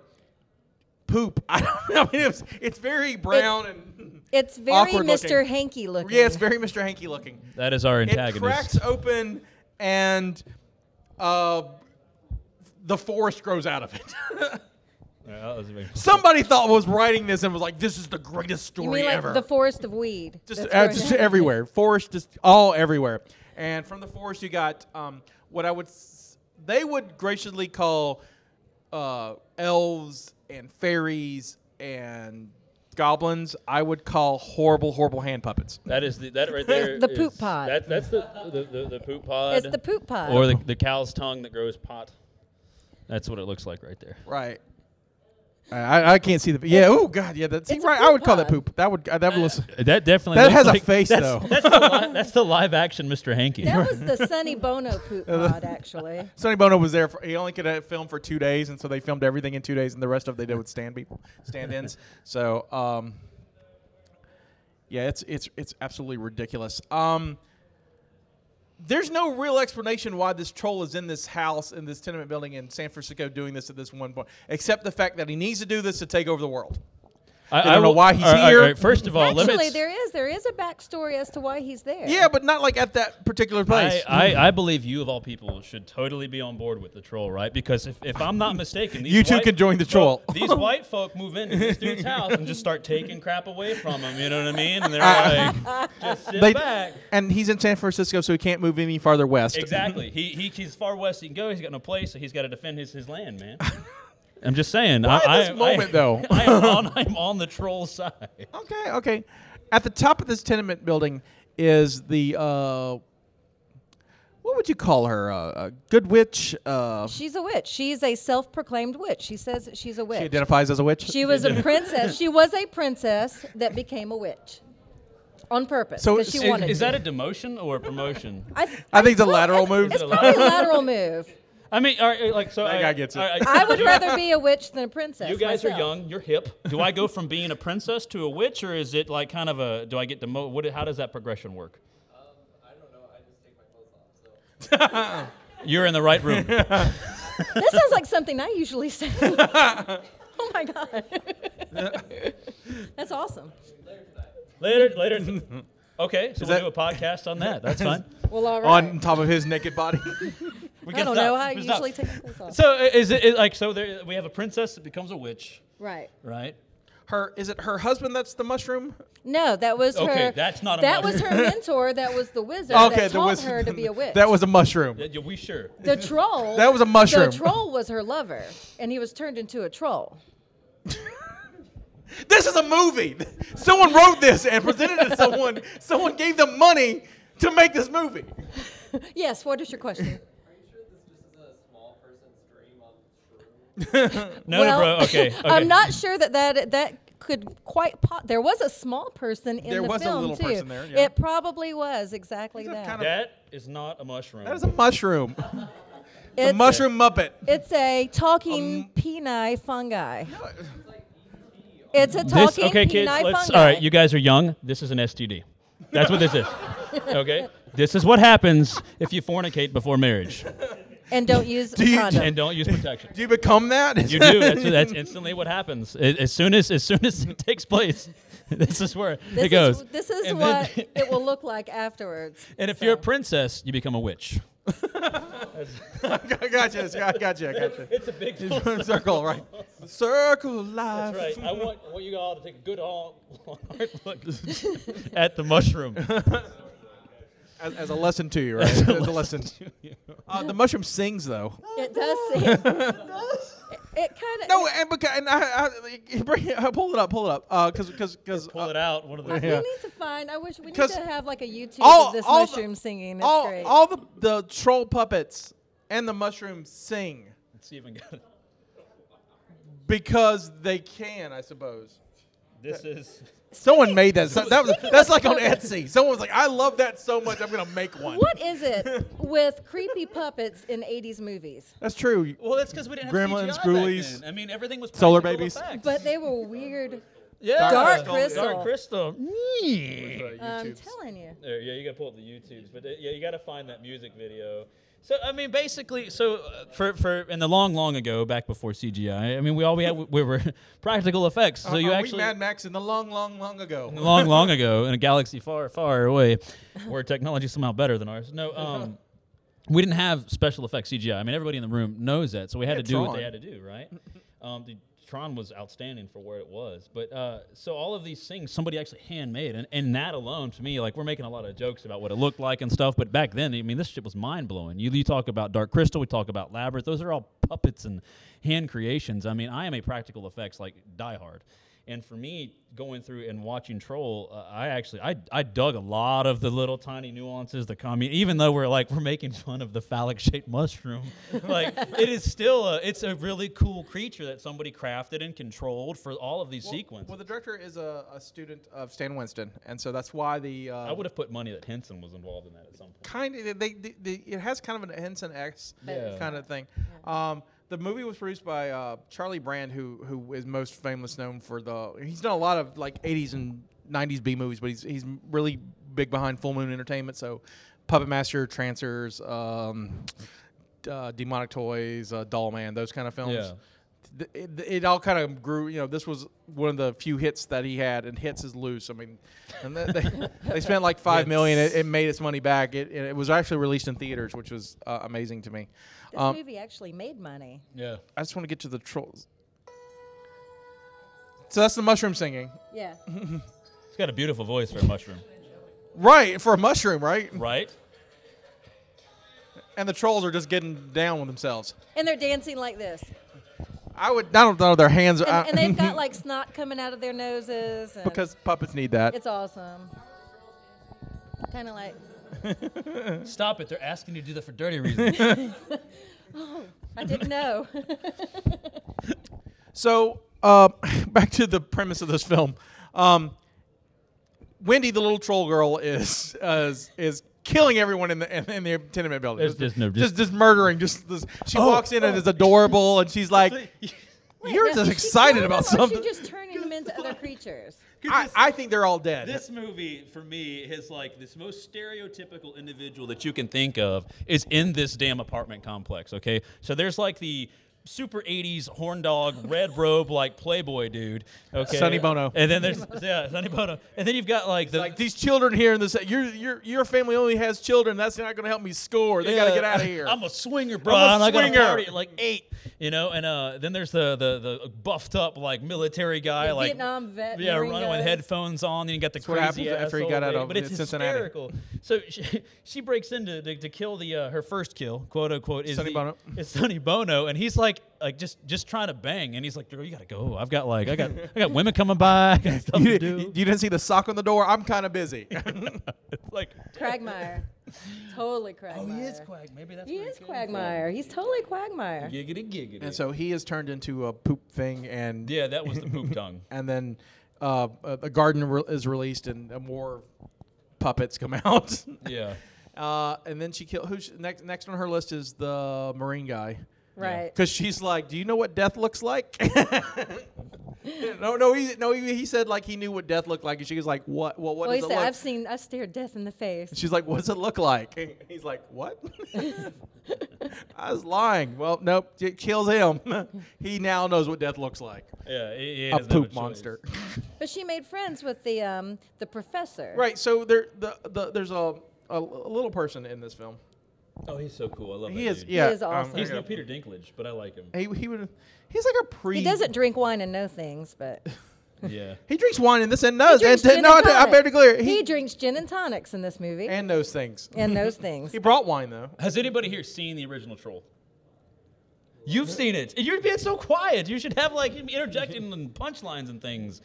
[SPEAKER 2] poop. [LAUGHS] I don't know. I mean, it's it's very brown and [LAUGHS]
[SPEAKER 3] It's very
[SPEAKER 2] awkward
[SPEAKER 3] Mr.
[SPEAKER 2] looking.
[SPEAKER 3] Hanky looking.
[SPEAKER 2] yeah, it's very Mr. Hanky looking.
[SPEAKER 9] That is our
[SPEAKER 2] It
[SPEAKER 9] antagonist.
[SPEAKER 2] cracks open and uh, the forest grows out of it. [LAUGHS]
[SPEAKER 9] Yeah, that was a big-
[SPEAKER 2] Somebody thought was writing this and was like, "This is the greatest story
[SPEAKER 3] you mean like
[SPEAKER 2] ever."
[SPEAKER 3] the forest of weed?
[SPEAKER 2] just,
[SPEAKER 3] That's
[SPEAKER 2] uh,
[SPEAKER 3] where-
[SPEAKER 2] just everywhere. Forest, just all everywhere. And from the forest, you got um, what I would s- they would graciously call uh, elves and fairies and goblins. I would call horrible, horrible hand puppets.
[SPEAKER 9] That is the that right there.
[SPEAKER 3] The poop
[SPEAKER 9] is-
[SPEAKER 3] pod.
[SPEAKER 9] That, that's the, the, the, the poop pod.
[SPEAKER 3] It's the poop pod.
[SPEAKER 9] Or the, the cow's tongue that grows pot. That's what it looks like right there.
[SPEAKER 2] Right. I, I can't see the yeah. Oh God, yeah. That's
[SPEAKER 3] It's a
[SPEAKER 2] right. I
[SPEAKER 3] poop
[SPEAKER 2] would call that
[SPEAKER 3] pod.
[SPEAKER 2] poop. That would uh, that would listen.
[SPEAKER 9] That definitely.
[SPEAKER 2] That
[SPEAKER 9] looks
[SPEAKER 2] has a
[SPEAKER 9] like-
[SPEAKER 2] face,
[SPEAKER 9] that's,
[SPEAKER 2] though.
[SPEAKER 9] That's the, li- that's the live action Mr. Hanky.
[SPEAKER 3] That was the Sonny Bono
[SPEAKER 9] [LAUGHS]
[SPEAKER 3] poop pod, actually.
[SPEAKER 2] Sonny Bono was there. For, he only could uh, film for two days, and so they filmed everything in two days, and the rest of it they did with stand people, stand-ins. so, um, Yeah, it's it's it's absolutely ridiculous. Um, there's no real explanation why this troll is in this house in this tenement building in San Francisco doing this at this one point, except the fact that he needs to do this to take over the world.
[SPEAKER 9] I,
[SPEAKER 2] don't know
[SPEAKER 9] will-
[SPEAKER 2] why he's
[SPEAKER 9] all right, all
[SPEAKER 2] here.
[SPEAKER 9] right, first of all,
[SPEAKER 3] Actually,
[SPEAKER 9] limits.
[SPEAKER 3] there is there is a backstory as to why he's there.
[SPEAKER 2] Yeah, but not like at that particular place.
[SPEAKER 9] I, I, I believe you of all people should totally be on board with the troll, right? Because if, if I'm not mistaken, these
[SPEAKER 2] You two
[SPEAKER 9] white-
[SPEAKER 2] can join the troll.
[SPEAKER 9] Well,
[SPEAKER 2] [LAUGHS]
[SPEAKER 9] these white folk move into this dude's house and just start taking crap away from him. You know what I mean? And they're
[SPEAKER 2] [LAUGHS]
[SPEAKER 9] like, just sit
[SPEAKER 2] They-
[SPEAKER 9] back.
[SPEAKER 2] and he's in San Francisco, so he can't move any farther west.
[SPEAKER 9] [LAUGHS] Exactly. He, he he's far west he can go. He's got no place, so he's got to defend his, his land, man. [LAUGHS] I'm just saying.
[SPEAKER 2] Why
[SPEAKER 9] I,
[SPEAKER 2] this
[SPEAKER 9] I,
[SPEAKER 2] moment,
[SPEAKER 9] I,
[SPEAKER 2] though?
[SPEAKER 9] [LAUGHS] I am
[SPEAKER 2] [LAUGHS]
[SPEAKER 9] on, I'm on the troll side.
[SPEAKER 2] Okay, okay. At the top of this tenement building is the uh, what would you call her? Uh, a good witch. Uh,
[SPEAKER 3] She's a witch. She's a self-proclaimed witch. She says that she's a
[SPEAKER 2] she
[SPEAKER 3] witch.
[SPEAKER 2] identifies as a witch.
[SPEAKER 3] She, was
[SPEAKER 9] [LAUGHS]
[SPEAKER 3] a princess. She was a princess that became a witch on purpose
[SPEAKER 2] So
[SPEAKER 3] because she
[SPEAKER 2] is-
[SPEAKER 3] wanted.
[SPEAKER 9] Is
[SPEAKER 3] to.
[SPEAKER 9] that a demotion or a promotion?
[SPEAKER 3] I,
[SPEAKER 2] I think it's a lateral move.
[SPEAKER 3] It's probably a lateral move.
[SPEAKER 9] [LAUGHS] I mean, all right, uh, like so.
[SPEAKER 2] That
[SPEAKER 9] I,
[SPEAKER 2] guy gets it.
[SPEAKER 9] all right,
[SPEAKER 3] I would
[SPEAKER 9] you-
[SPEAKER 3] rather be a witch than a princess.
[SPEAKER 9] You guys are
[SPEAKER 3] myself.
[SPEAKER 9] young. You're hip. Do I go from being a princess to a witch, or is it like kind of a? Do I get demoted? What? How does that progression work?
[SPEAKER 2] Um,
[SPEAKER 9] [LAUGHS]
[SPEAKER 2] [LAUGHS]
[SPEAKER 9] You're in the right room.
[SPEAKER 3] This sounds like something I usually say.
[SPEAKER 9] [LAUGHS]
[SPEAKER 3] [LAUGHS] oh my god,
[SPEAKER 9] [LAUGHS]
[SPEAKER 3] that's awesome.
[SPEAKER 9] later, later. Okay, so we'll
[SPEAKER 2] that-
[SPEAKER 9] do a podcast on
[SPEAKER 2] [LAUGHS]
[SPEAKER 9] that. That's fine.
[SPEAKER 3] Well, all right.
[SPEAKER 2] on top of his naked body. [LAUGHS]
[SPEAKER 9] We
[SPEAKER 3] I
[SPEAKER 9] can
[SPEAKER 3] don't
[SPEAKER 9] stop.
[SPEAKER 3] know how I
[SPEAKER 9] We can stop.
[SPEAKER 3] usually take my clothes off.
[SPEAKER 9] So i- is it is like so? There we have a princess that becomes a witch,
[SPEAKER 3] Right.
[SPEAKER 9] right?
[SPEAKER 2] her is it her husband that's the mushroom?
[SPEAKER 3] No, that was her.
[SPEAKER 9] Okay, that's not a
[SPEAKER 3] That
[SPEAKER 9] mushroom.
[SPEAKER 3] was her
[SPEAKER 9] [LAUGHS]
[SPEAKER 3] mentor. That was the wizard. that taught her to
[SPEAKER 2] [LAUGHS]
[SPEAKER 3] be a witch.
[SPEAKER 2] That was a mushroom.
[SPEAKER 9] Yeah, yeah, we sure.
[SPEAKER 3] the troll.
[SPEAKER 2] That was a mushroom.
[SPEAKER 3] The troll was her lover, and he was turned into a troll.
[SPEAKER 2] This is a movie. Someone wrote this and presented it to someone. Someone gave them money to make this movie.
[SPEAKER 3] Yes. What is your question?
[SPEAKER 9] [LAUGHS] No,
[SPEAKER 3] well,
[SPEAKER 9] no, bro. Okay, okay.
[SPEAKER 3] [LAUGHS] I'm not sure that that that could quite. Po- there was a small person in
[SPEAKER 2] There
[SPEAKER 3] the
[SPEAKER 2] was a
[SPEAKER 3] film
[SPEAKER 2] little
[SPEAKER 3] too.
[SPEAKER 2] person there, yeah.
[SPEAKER 3] It probably was exactly
[SPEAKER 2] These are
[SPEAKER 3] that.
[SPEAKER 2] kind
[SPEAKER 9] That is not a mushroom.
[SPEAKER 2] That is a mushroom. A
[SPEAKER 3] it's,
[SPEAKER 2] mushroom Um, muppet.
[SPEAKER 3] It's a talking peni fungi. It's a talking
[SPEAKER 9] this, okay,
[SPEAKER 3] peni
[SPEAKER 9] kids. Let's,
[SPEAKER 3] fungi.
[SPEAKER 9] all right, you guys are young. This is an STD. That's
[SPEAKER 3] [LAUGHS]
[SPEAKER 9] what this is. Okay, this is what happens if you fornicate before marriage
[SPEAKER 3] and don't use
[SPEAKER 2] you-
[SPEAKER 3] a condom. [LAUGHS]
[SPEAKER 9] and don't use protection.
[SPEAKER 2] Do you become that?
[SPEAKER 9] You do. That's, that's instantly what happens. A- As soon as as soon as it [LAUGHS] takes place, this is where
[SPEAKER 3] this
[SPEAKER 9] it goes.
[SPEAKER 3] Is, this is
[SPEAKER 9] And then-
[SPEAKER 3] what it will look like afterwards.
[SPEAKER 9] and if you're a
[SPEAKER 3] so.
[SPEAKER 9] princess, you become a witch.
[SPEAKER 2] I [LAUGHS] gotcha. I gotcha. I gotcha.
[SPEAKER 9] It's a big full [LAUGHS]
[SPEAKER 2] Circle, right? Circle life.
[SPEAKER 9] That's right. I want, I want you all to take a good all [LAUGHS] hard look at the mushroom.
[SPEAKER 2] As, as a lesson to you, right? As a lesson. Uh, the mushroom sings though.
[SPEAKER 3] it does. Seem, it kind of.
[SPEAKER 2] No, and because and I, I bring it, pull it up, pull it up, Uh, because because because
[SPEAKER 9] Pull it out. One of the.
[SPEAKER 2] yeah.
[SPEAKER 3] We need to find. I wish we need
[SPEAKER 2] 'Cause
[SPEAKER 3] to have like a YouTube
[SPEAKER 2] all-
[SPEAKER 3] of this
[SPEAKER 2] all the-
[SPEAKER 3] mushroom singing. It's
[SPEAKER 2] all
[SPEAKER 3] great.
[SPEAKER 2] all the the troll puppets and the mushroom sing
[SPEAKER 9] Let's see if I can get it.
[SPEAKER 2] because they can, I suppose.
[SPEAKER 9] This is.
[SPEAKER 2] Someone made that. So
[SPEAKER 3] [LAUGHS]
[SPEAKER 2] that was, that's like on Etsy. Someone was like, "I love that so much, I'm gonna make one."
[SPEAKER 3] [LAUGHS] what is it with creepy puppets in 80s movies?
[SPEAKER 2] That's true.
[SPEAKER 9] Well, that's because we didn't have
[SPEAKER 2] Gremlins,
[SPEAKER 9] CGI
[SPEAKER 2] Ghoulies,
[SPEAKER 9] back then. I mean, everything was
[SPEAKER 2] Solar
[SPEAKER 9] practical
[SPEAKER 2] Babies.
[SPEAKER 9] effects.
[SPEAKER 3] But they were weird.
[SPEAKER 9] yeah.
[SPEAKER 3] Dark Crystal.
[SPEAKER 9] Dark crystal. Yeah,
[SPEAKER 3] I'm telling you.
[SPEAKER 9] you gotta pull up the YouTubes, but uh, yeah, you gotta find that music video. So I mean, basically, so uh, for for in the long, long ago, back before CGI, I mean, we all we had we were [LAUGHS] practical effects. So
[SPEAKER 2] Are
[SPEAKER 9] you
[SPEAKER 2] Uh-huh, we
[SPEAKER 9] actually
[SPEAKER 2] Mad Max in the long, long, long ago?
[SPEAKER 9] [LAUGHS] long, long ago in a galaxy far, far away, where technology's somehow better than ours. No, um, we didn't have special effects CGI. I mean, everybody in the room knows that, so we had to do what they
[SPEAKER 2] Tron.
[SPEAKER 9] had to do, right? [LAUGHS] Um, the, Tron was outstanding for where it was, but uh, so all of these things somebody actually handmade, and, and that alone to me, like we're making a lot of jokes about what it looked like and stuff, but back then, I mean, this shit was mind blowing. You, you talk about Dark Crystal, we talk about Labyrinth, those are all puppets and hand creations. I mean, I am a practical effects like Die Hard. And for me, going through and watching Troll, uh, I actually I, I dug a lot of the little tiny nuances, the commun. Even though we're like we're making fun of the phallic shaped mushroom, [LAUGHS] like it is still a it's a really cool creature that somebody crafted and controlled for all of these sequences.
[SPEAKER 2] Well, the director is a, a student of Stan Winston, and so that's why the uh,
[SPEAKER 9] I would have put money that Henson was involved in that at some point.
[SPEAKER 2] kind of they, they, they- it has kind of an Henson X
[SPEAKER 9] Yeah.
[SPEAKER 2] kind of thing. Um, the movie was produced by uh, Charlie Brand, who who is most famous known for the. He's done a lot of like '80s and '90s B movies, but he's he's really big behind Full Moon Entertainment. So, Puppet Master, Trancers, um, uh, Demonic Toys, uh, Doll Man, those kind of films.
[SPEAKER 9] Yeah.
[SPEAKER 2] Th- It, it all kind of grew. You know, this was one of the few hits that he had, and hits is loose. I mean, and they,
[SPEAKER 3] [LAUGHS]
[SPEAKER 2] they, they spent like five million. It, it made its money back. It, it was actually released in theaters, which was uh, amazing to me.
[SPEAKER 3] This movie actually made money.
[SPEAKER 9] Yeah.
[SPEAKER 2] I just want to get to the trolls. So that's the mushroom singing,
[SPEAKER 3] Yeah.
[SPEAKER 9] He's got a beautiful voice for a mushroom,
[SPEAKER 2] right? For a mushroom, right?
[SPEAKER 9] right?
[SPEAKER 2] And the trolls are just getting down with themselves.
[SPEAKER 3] and they're dancing like this.
[SPEAKER 2] I would. I don't know. Their hands uh, are.
[SPEAKER 3] And,
[SPEAKER 2] [LAUGHS]
[SPEAKER 3] and they've got like snot coming out of their noses. And
[SPEAKER 2] because puppets need that.
[SPEAKER 3] it's awesome. Kind of like,
[SPEAKER 9] Stop it! They're asking you to do that for dirty reasons. [LAUGHS]
[SPEAKER 3] I didn't know.
[SPEAKER 2] So uh, [LAUGHS] back to the premise of this film. Um, Wendy, the little troll girl, is is, is killing everyone in the in, in the tenement building.
[SPEAKER 9] There's just Oh. no-
[SPEAKER 2] just, just murdering. Just this, she walks in and is adorable, and she's like, [LAUGHS] "You're
[SPEAKER 3] Now, is
[SPEAKER 2] just
[SPEAKER 3] she
[SPEAKER 2] excited
[SPEAKER 3] killing
[SPEAKER 2] about
[SPEAKER 3] them or is
[SPEAKER 2] something."
[SPEAKER 3] She just turning them into other creatures.
[SPEAKER 2] I, I think they're all dead.
[SPEAKER 9] This movie, for me, is like this most stereotypical individual that you can think of is in this damn apartment complex, okay? So there's like the super 80s horn dog, red robe, like Playboy dude, okay?
[SPEAKER 2] Sonny Bono.
[SPEAKER 9] And then there's, yeah, Sonny Bono. And then you've got like the.
[SPEAKER 2] like these children here in this, your your your family only has children. That's not going to help me score. They got to
[SPEAKER 9] Yeah,
[SPEAKER 2] get out of here.
[SPEAKER 9] [LAUGHS] I'm a swinger, bro. I'm a I got
[SPEAKER 2] swinger.
[SPEAKER 9] a party at like eight, you know. And uh, then there's the, the the buffed up like military guy,
[SPEAKER 3] The
[SPEAKER 9] like
[SPEAKER 3] Vietnam vet
[SPEAKER 9] Yeah, running with
[SPEAKER 3] Ringo's.
[SPEAKER 9] headphones on. Then you got the
[SPEAKER 2] what
[SPEAKER 9] crazy
[SPEAKER 2] happens after he
[SPEAKER 9] asshole
[SPEAKER 2] got out
[SPEAKER 9] thing,
[SPEAKER 2] of
[SPEAKER 9] But it's
[SPEAKER 2] Cincinnati.
[SPEAKER 9] hysterical. So [LAUGHS] she, she breaks in to, to, to kill the uh, her first kill, quote unquote. Is
[SPEAKER 2] Sonny
[SPEAKER 9] the-
[SPEAKER 2] Bono.
[SPEAKER 9] It's Sonny Bono, and he's like like just just trying to bang, and he's like, girl, you gotta go. I've got like
[SPEAKER 2] [LAUGHS]
[SPEAKER 9] I got I got women coming by. I got stuff
[SPEAKER 2] you,
[SPEAKER 9] to do.
[SPEAKER 2] [LAUGHS] you didn't see the sock on the door. I'm kind of busy. [LAUGHS]
[SPEAKER 9] It's like.
[SPEAKER 3] Quagmire. Totally Quagmire.
[SPEAKER 9] Oh, he is Quag. Maybe that's
[SPEAKER 3] He
[SPEAKER 9] where
[SPEAKER 3] is
[SPEAKER 9] came from.
[SPEAKER 3] Quagmire. He's totally Quagmire.
[SPEAKER 9] Giggity giggity.
[SPEAKER 2] and so he is turned into a poop thing, and
[SPEAKER 9] yeah, that was the poop tongue.
[SPEAKER 2] and then uh, a a garden re- is released, and uh, more puppets come [LAUGHS] out.
[SPEAKER 9] Yeah.
[SPEAKER 2] uh, and then she kill. Who's next? Next on her list is the marine guy.
[SPEAKER 3] Right.
[SPEAKER 2] Because she's like, "Do you know what death looks like?" [LAUGHS] no, no, he, no. He, he said like he knew what death looked like, and she was like, "What? Well, what
[SPEAKER 3] Well, he
[SPEAKER 2] does
[SPEAKER 3] said,
[SPEAKER 2] it look?"
[SPEAKER 3] I've seen, I've stared death in the face.
[SPEAKER 2] And [LAUGHS] she's like, "What does it look like?" [LAUGHS] And he's like, "What?" I was lying. Well, nope. It kills him. [LAUGHS] he now knows what death looks like.
[SPEAKER 9] Yeah, he, he
[SPEAKER 2] A
[SPEAKER 9] doesn't have
[SPEAKER 2] poop
[SPEAKER 9] choice.
[SPEAKER 2] monster.
[SPEAKER 3] But she made friends with the um, the professor.
[SPEAKER 2] Right. So there, the, the, there's a, a little person in this film.
[SPEAKER 9] Oh, he's so cool. I love
[SPEAKER 2] He
[SPEAKER 9] that
[SPEAKER 2] is.
[SPEAKER 9] dude.
[SPEAKER 2] Yeah. um,
[SPEAKER 3] is awesome.
[SPEAKER 9] He's no Peter Dinklage, but I
[SPEAKER 2] [LAUGHS]
[SPEAKER 9] like him.
[SPEAKER 2] he, he would. He's like a pre.
[SPEAKER 3] He doesn't drink wine and know things,
[SPEAKER 2] [LAUGHS]
[SPEAKER 3] but
[SPEAKER 9] Yeah.
[SPEAKER 2] He drinks wine and this and knows.
[SPEAKER 3] He
[SPEAKER 2] And,
[SPEAKER 3] drinks gin
[SPEAKER 2] and no,
[SPEAKER 3] and
[SPEAKER 2] I, I
[SPEAKER 3] tonic.
[SPEAKER 2] better clear.
[SPEAKER 3] He,
[SPEAKER 2] He,
[SPEAKER 3] drinks gin and tonics in this movie [LAUGHS] and,
[SPEAKER 2] and knows things. [LAUGHS]
[SPEAKER 3] those things.
[SPEAKER 2] He brought wine though.
[SPEAKER 9] Has anybody here seen the original Troll? You've seen it. You're being so quiet. You should have like interjecting and punchlines and things.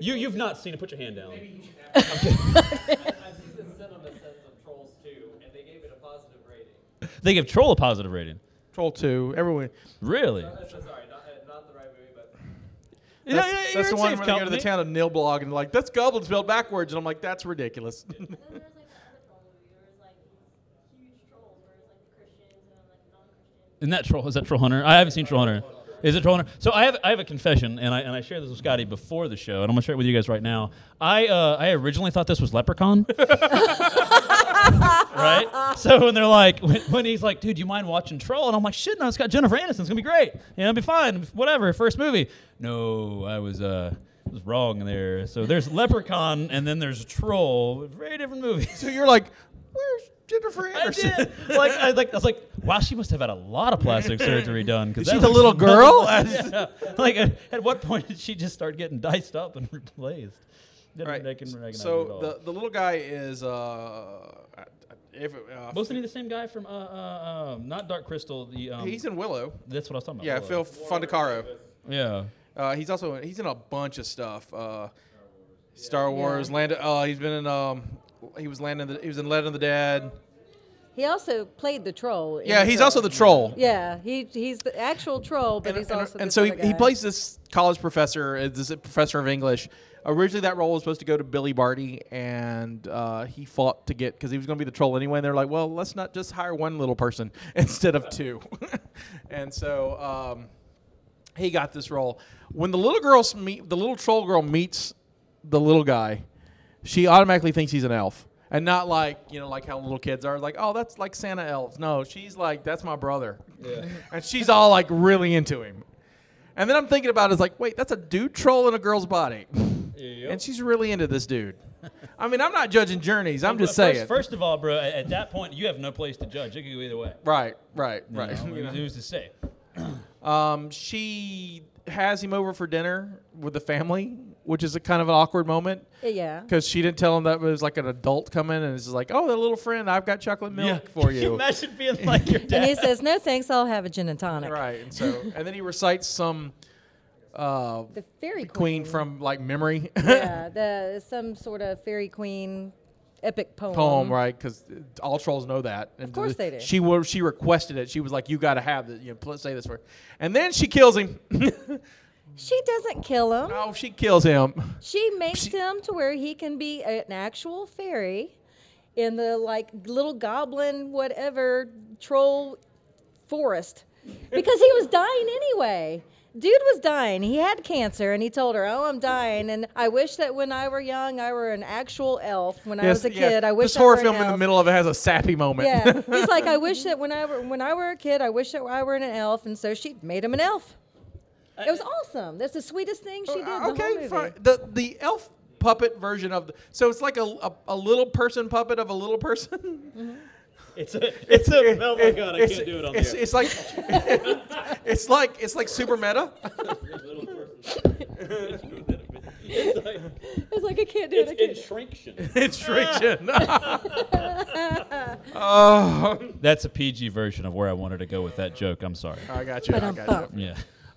[SPEAKER 9] You you've not seen it. Put your hand down. [LAUGHS]
[SPEAKER 10] [LAUGHS] I've seen the cinema sets of Trolls 2, and they gave it a positive rating.
[SPEAKER 9] They give Troll a positive rating.
[SPEAKER 2] Troll two. Everyone.
[SPEAKER 9] Really?
[SPEAKER 10] Uh, so sorry, not, uh, not the right movie, but
[SPEAKER 9] Yeah,
[SPEAKER 2] That's,
[SPEAKER 9] yeah,
[SPEAKER 2] that's
[SPEAKER 9] you're
[SPEAKER 2] the
[SPEAKER 9] in
[SPEAKER 2] one
[SPEAKER 9] safe
[SPEAKER 2] where they go to the
[SPEAKER 9] company.
[SPEAKER 2] town of Nilblog and like that's goblin spelled backwards, and I'm like, that's ridiculous. [LAUGHS]
[SPEAKER 9] Isn't that troll? Is that troll hunter? I haven't seen troll hunter. Is it troll hunter? So I have I have a confession, and I and I shared this with Scotty before the show, and I'm gonna share it with you guys right now. I uh, I originally thought this was Leprechaun. [LAUGHS] right? So when they're like, when, when he's like, dude, you mind watching Troll? And I'm like, shit, no, it's got Jennifer Aniston. It's gonna be great. You know, it'll be fine. Whatever. First movie. No, I was uh was wrong there. So there's Leprechaun, and then there's Troll. Very different movies.
[SPEAKER 2] so you're like, where's Jennifer
[SPEAKER 9] I
[SPEAKER 2] Anderson?
[SPEAKER 9] did.
[SPEAKER 2] [LAUGHS]
[SPEAKER 9] [LAUGHS] Like I like I was like, wow, she must have had a lot of plastic surgery done because
[SPEAKER 2] She's a little
[SPEAKER 9] [LAUGHS]
[SPEAKER 2] girl.
[SPEAKER 9] Like at, at what point did she just start getting diced up and [LAUGHS] replaced? Didn't
[SPEAKER 2] Right.
[SPEAKER 9] recon- recognize her at
[SPEAKER 2] So
[SPEAKER 9] all.
[SPEAKER 2] the, the little guy is uh, if, uh
[SPEAKER 9] mostly the same guy from uh, uh, um, not Dark Crystal. The um,
[SPEAKER 2] he's in Willow.
[SPEAKER 9] that's what I was talking about.
[SPEAKER 2] Yeah,
[SPEAKER 9] Willow.
[SPEAKER 2] Phil Fondacaro.
[SPEAKER 9] Yeah.
[SPEAKER 2] Uh, he's also he's in a bunch of stuff. Uh, Star Wars. Land. Uh, he's been in. Um, he was landing. The, he was uh, in Land of the Dead.
[SPEAKER 3] He also played the troll. in
[SPEAKER 2] Yeah, he's also the troll.
[SPEAKER 3] Yeah, he he's the actual troll, but
[SPEAKER 2] And,
[SPEAKER 3] he's
[SPEAKER 2] and-
[SPEAKER 3] also
[SPEAKER 2] and
[SPEAKER 3] this
[SPEAKER 2] so he,
[SPEAKER 3] other
[SPEAKER 2] he
[SPEAKER 3] guy.
[SPEAKER 2] plays this college professor, uh, this professor of English. Originally, that role was supposed to go to Billy Barty, and uh, he fought to get because he was going to be the troll anyway. And they're like, "Well, let's not just hire one little person [LAUGHS] instead of two. [LAUGHS] and so um, he got this role. When the little girl s- meet the little troll girl meets the little guy, she automatically thinks he's an elf. And not like, you know, like how little kids are like, oh, that's like Santa elves. No, she's like, that's my brother.
[SPEAKER 10] Yeah.
[SPEAKER 2] and she's all like really into him. And then I'm thinking about it, it's like, wait, that's a dude troll in a girl's body. And she's really into this dude. I mean, I'm not judging journeys. I'm
[SPEAKER 9] Well,
[SPEAKER 2] just
[SPEAKER 9] first-
[SPEAKER 2] saying.
[SPEAKER 9] First of all, bro, at, at that point, you have no place to judge. It could go either way.
[SPEAKER 2] Right, right,
[SPEAKER 9] You
[SPEAKER 2] right.
[SPEAKER 9] know,
[SPEAKER 2] You know. [LAUGHS]
[SPEAKER 9] Who's to say?
[SPEAKER 2] Um, she has him over for dinner with the family, which is a kind of an awkward moment.
[SPEAKER 3] Yeah.
[SPEAKER 2] Because she didn't tell him that it was like an adult coming, and it's just like, oh, the little friend, I've got chocolate milk for
[SPEAKER 9] [LAUGHS] Can
[SPEAKER 2] you.
[SPEAKER 9] you imagine
[SPEAKER 2] [LAUGHS]
[SPEAKER 9] being like your dad?
[SPEAKER 3] And he says, "No thanks, I'll have a gin and tonic."
[SPEAKER 2] Right, and so, and then he recites some uh,
[SPEAKER 3] The fairy
[SPEAKER 2] queen from like memory [LAUGHS]
[SPEAKER 3] [LAUGHS] yeah, the some sort of fairy queen epic poem.
[SPEAKER 2] poem, right? Because all trolls know that. And of
[SPEAKER 3] Mm-hmm. course they do.
[SPEAKER 2] She wa- she requested it. She was like, you got to have this. You know, pl- say this for. And then she kills him. [LAUGHS]
[SPEAKER 3] She doesn't kill him.
[SPEAKER 2] oh, she kills him.
[SPEAKER 3] She makes him to where he can be an actual fairy in the like little goblin whatever troll forest because he was dying anyway. Dude was dying. He had cancer, and he told her, "Oh, I'm dying, and I wish that when I were young, I were an actual elf. When I was a
[SPEAKER 2] Yes, yeah.
[SPEAKER 3] kid, I wish
[SPEAKER 2] this
[SPEAKER 3] I
[SPEAKER 2] horror
[SPEAKER 3] were an
[SPEAKER 2] film in the
[SPEAKER 3] elf."
[SPEAKER 2] middle of it has a sappy moment. [LAUGHS]
[SPEAKER 3] Yeah, he's like, I wish that when I were when I were a kid, I wish that I were an elf, and so she made him an elf. It was awesome. That's the sweetest thing she did. the whole
[SPEAKER 2] Oh, okay,
[SPEAKER 3] movie.
[SPEAKER 2] fine. The the elf puppet version of the so it's like a, a, a little person puppet of a little person.
[SPEAKER 9] It's a, [LAUGHS] it's a, oh my
[SPEAKER 2] It-
[SPEAKER 9] God, I
[SPEAKER 2] it's-
[SPEAKER 9] can't do it on
[SPEAKER 2] it's,
[SPEAKER 9] the air.
[SPEAKER 2] it's like [LAUGHS] it's like it's like super meta. [LAUGHS]
[SPEAKER 9] [LAUGHS] It's like,
[SPEAKER 3] It's like I can't do it. I can't
[SPEAKER 9] it's
[SPEAKER 3] do it.
[SPEAKER 9] intriction.
[SPEAKER 2] it's [LAUGHS] friction. oh,
[SPEAKER 9] That's a PG version of where I wanted to go with that joke. I'm sorry.
[SPEAKER 2] I got you. I got
[SPEAKER 3] Ba-dum-bum.
[SPEAKER 9] Yeah.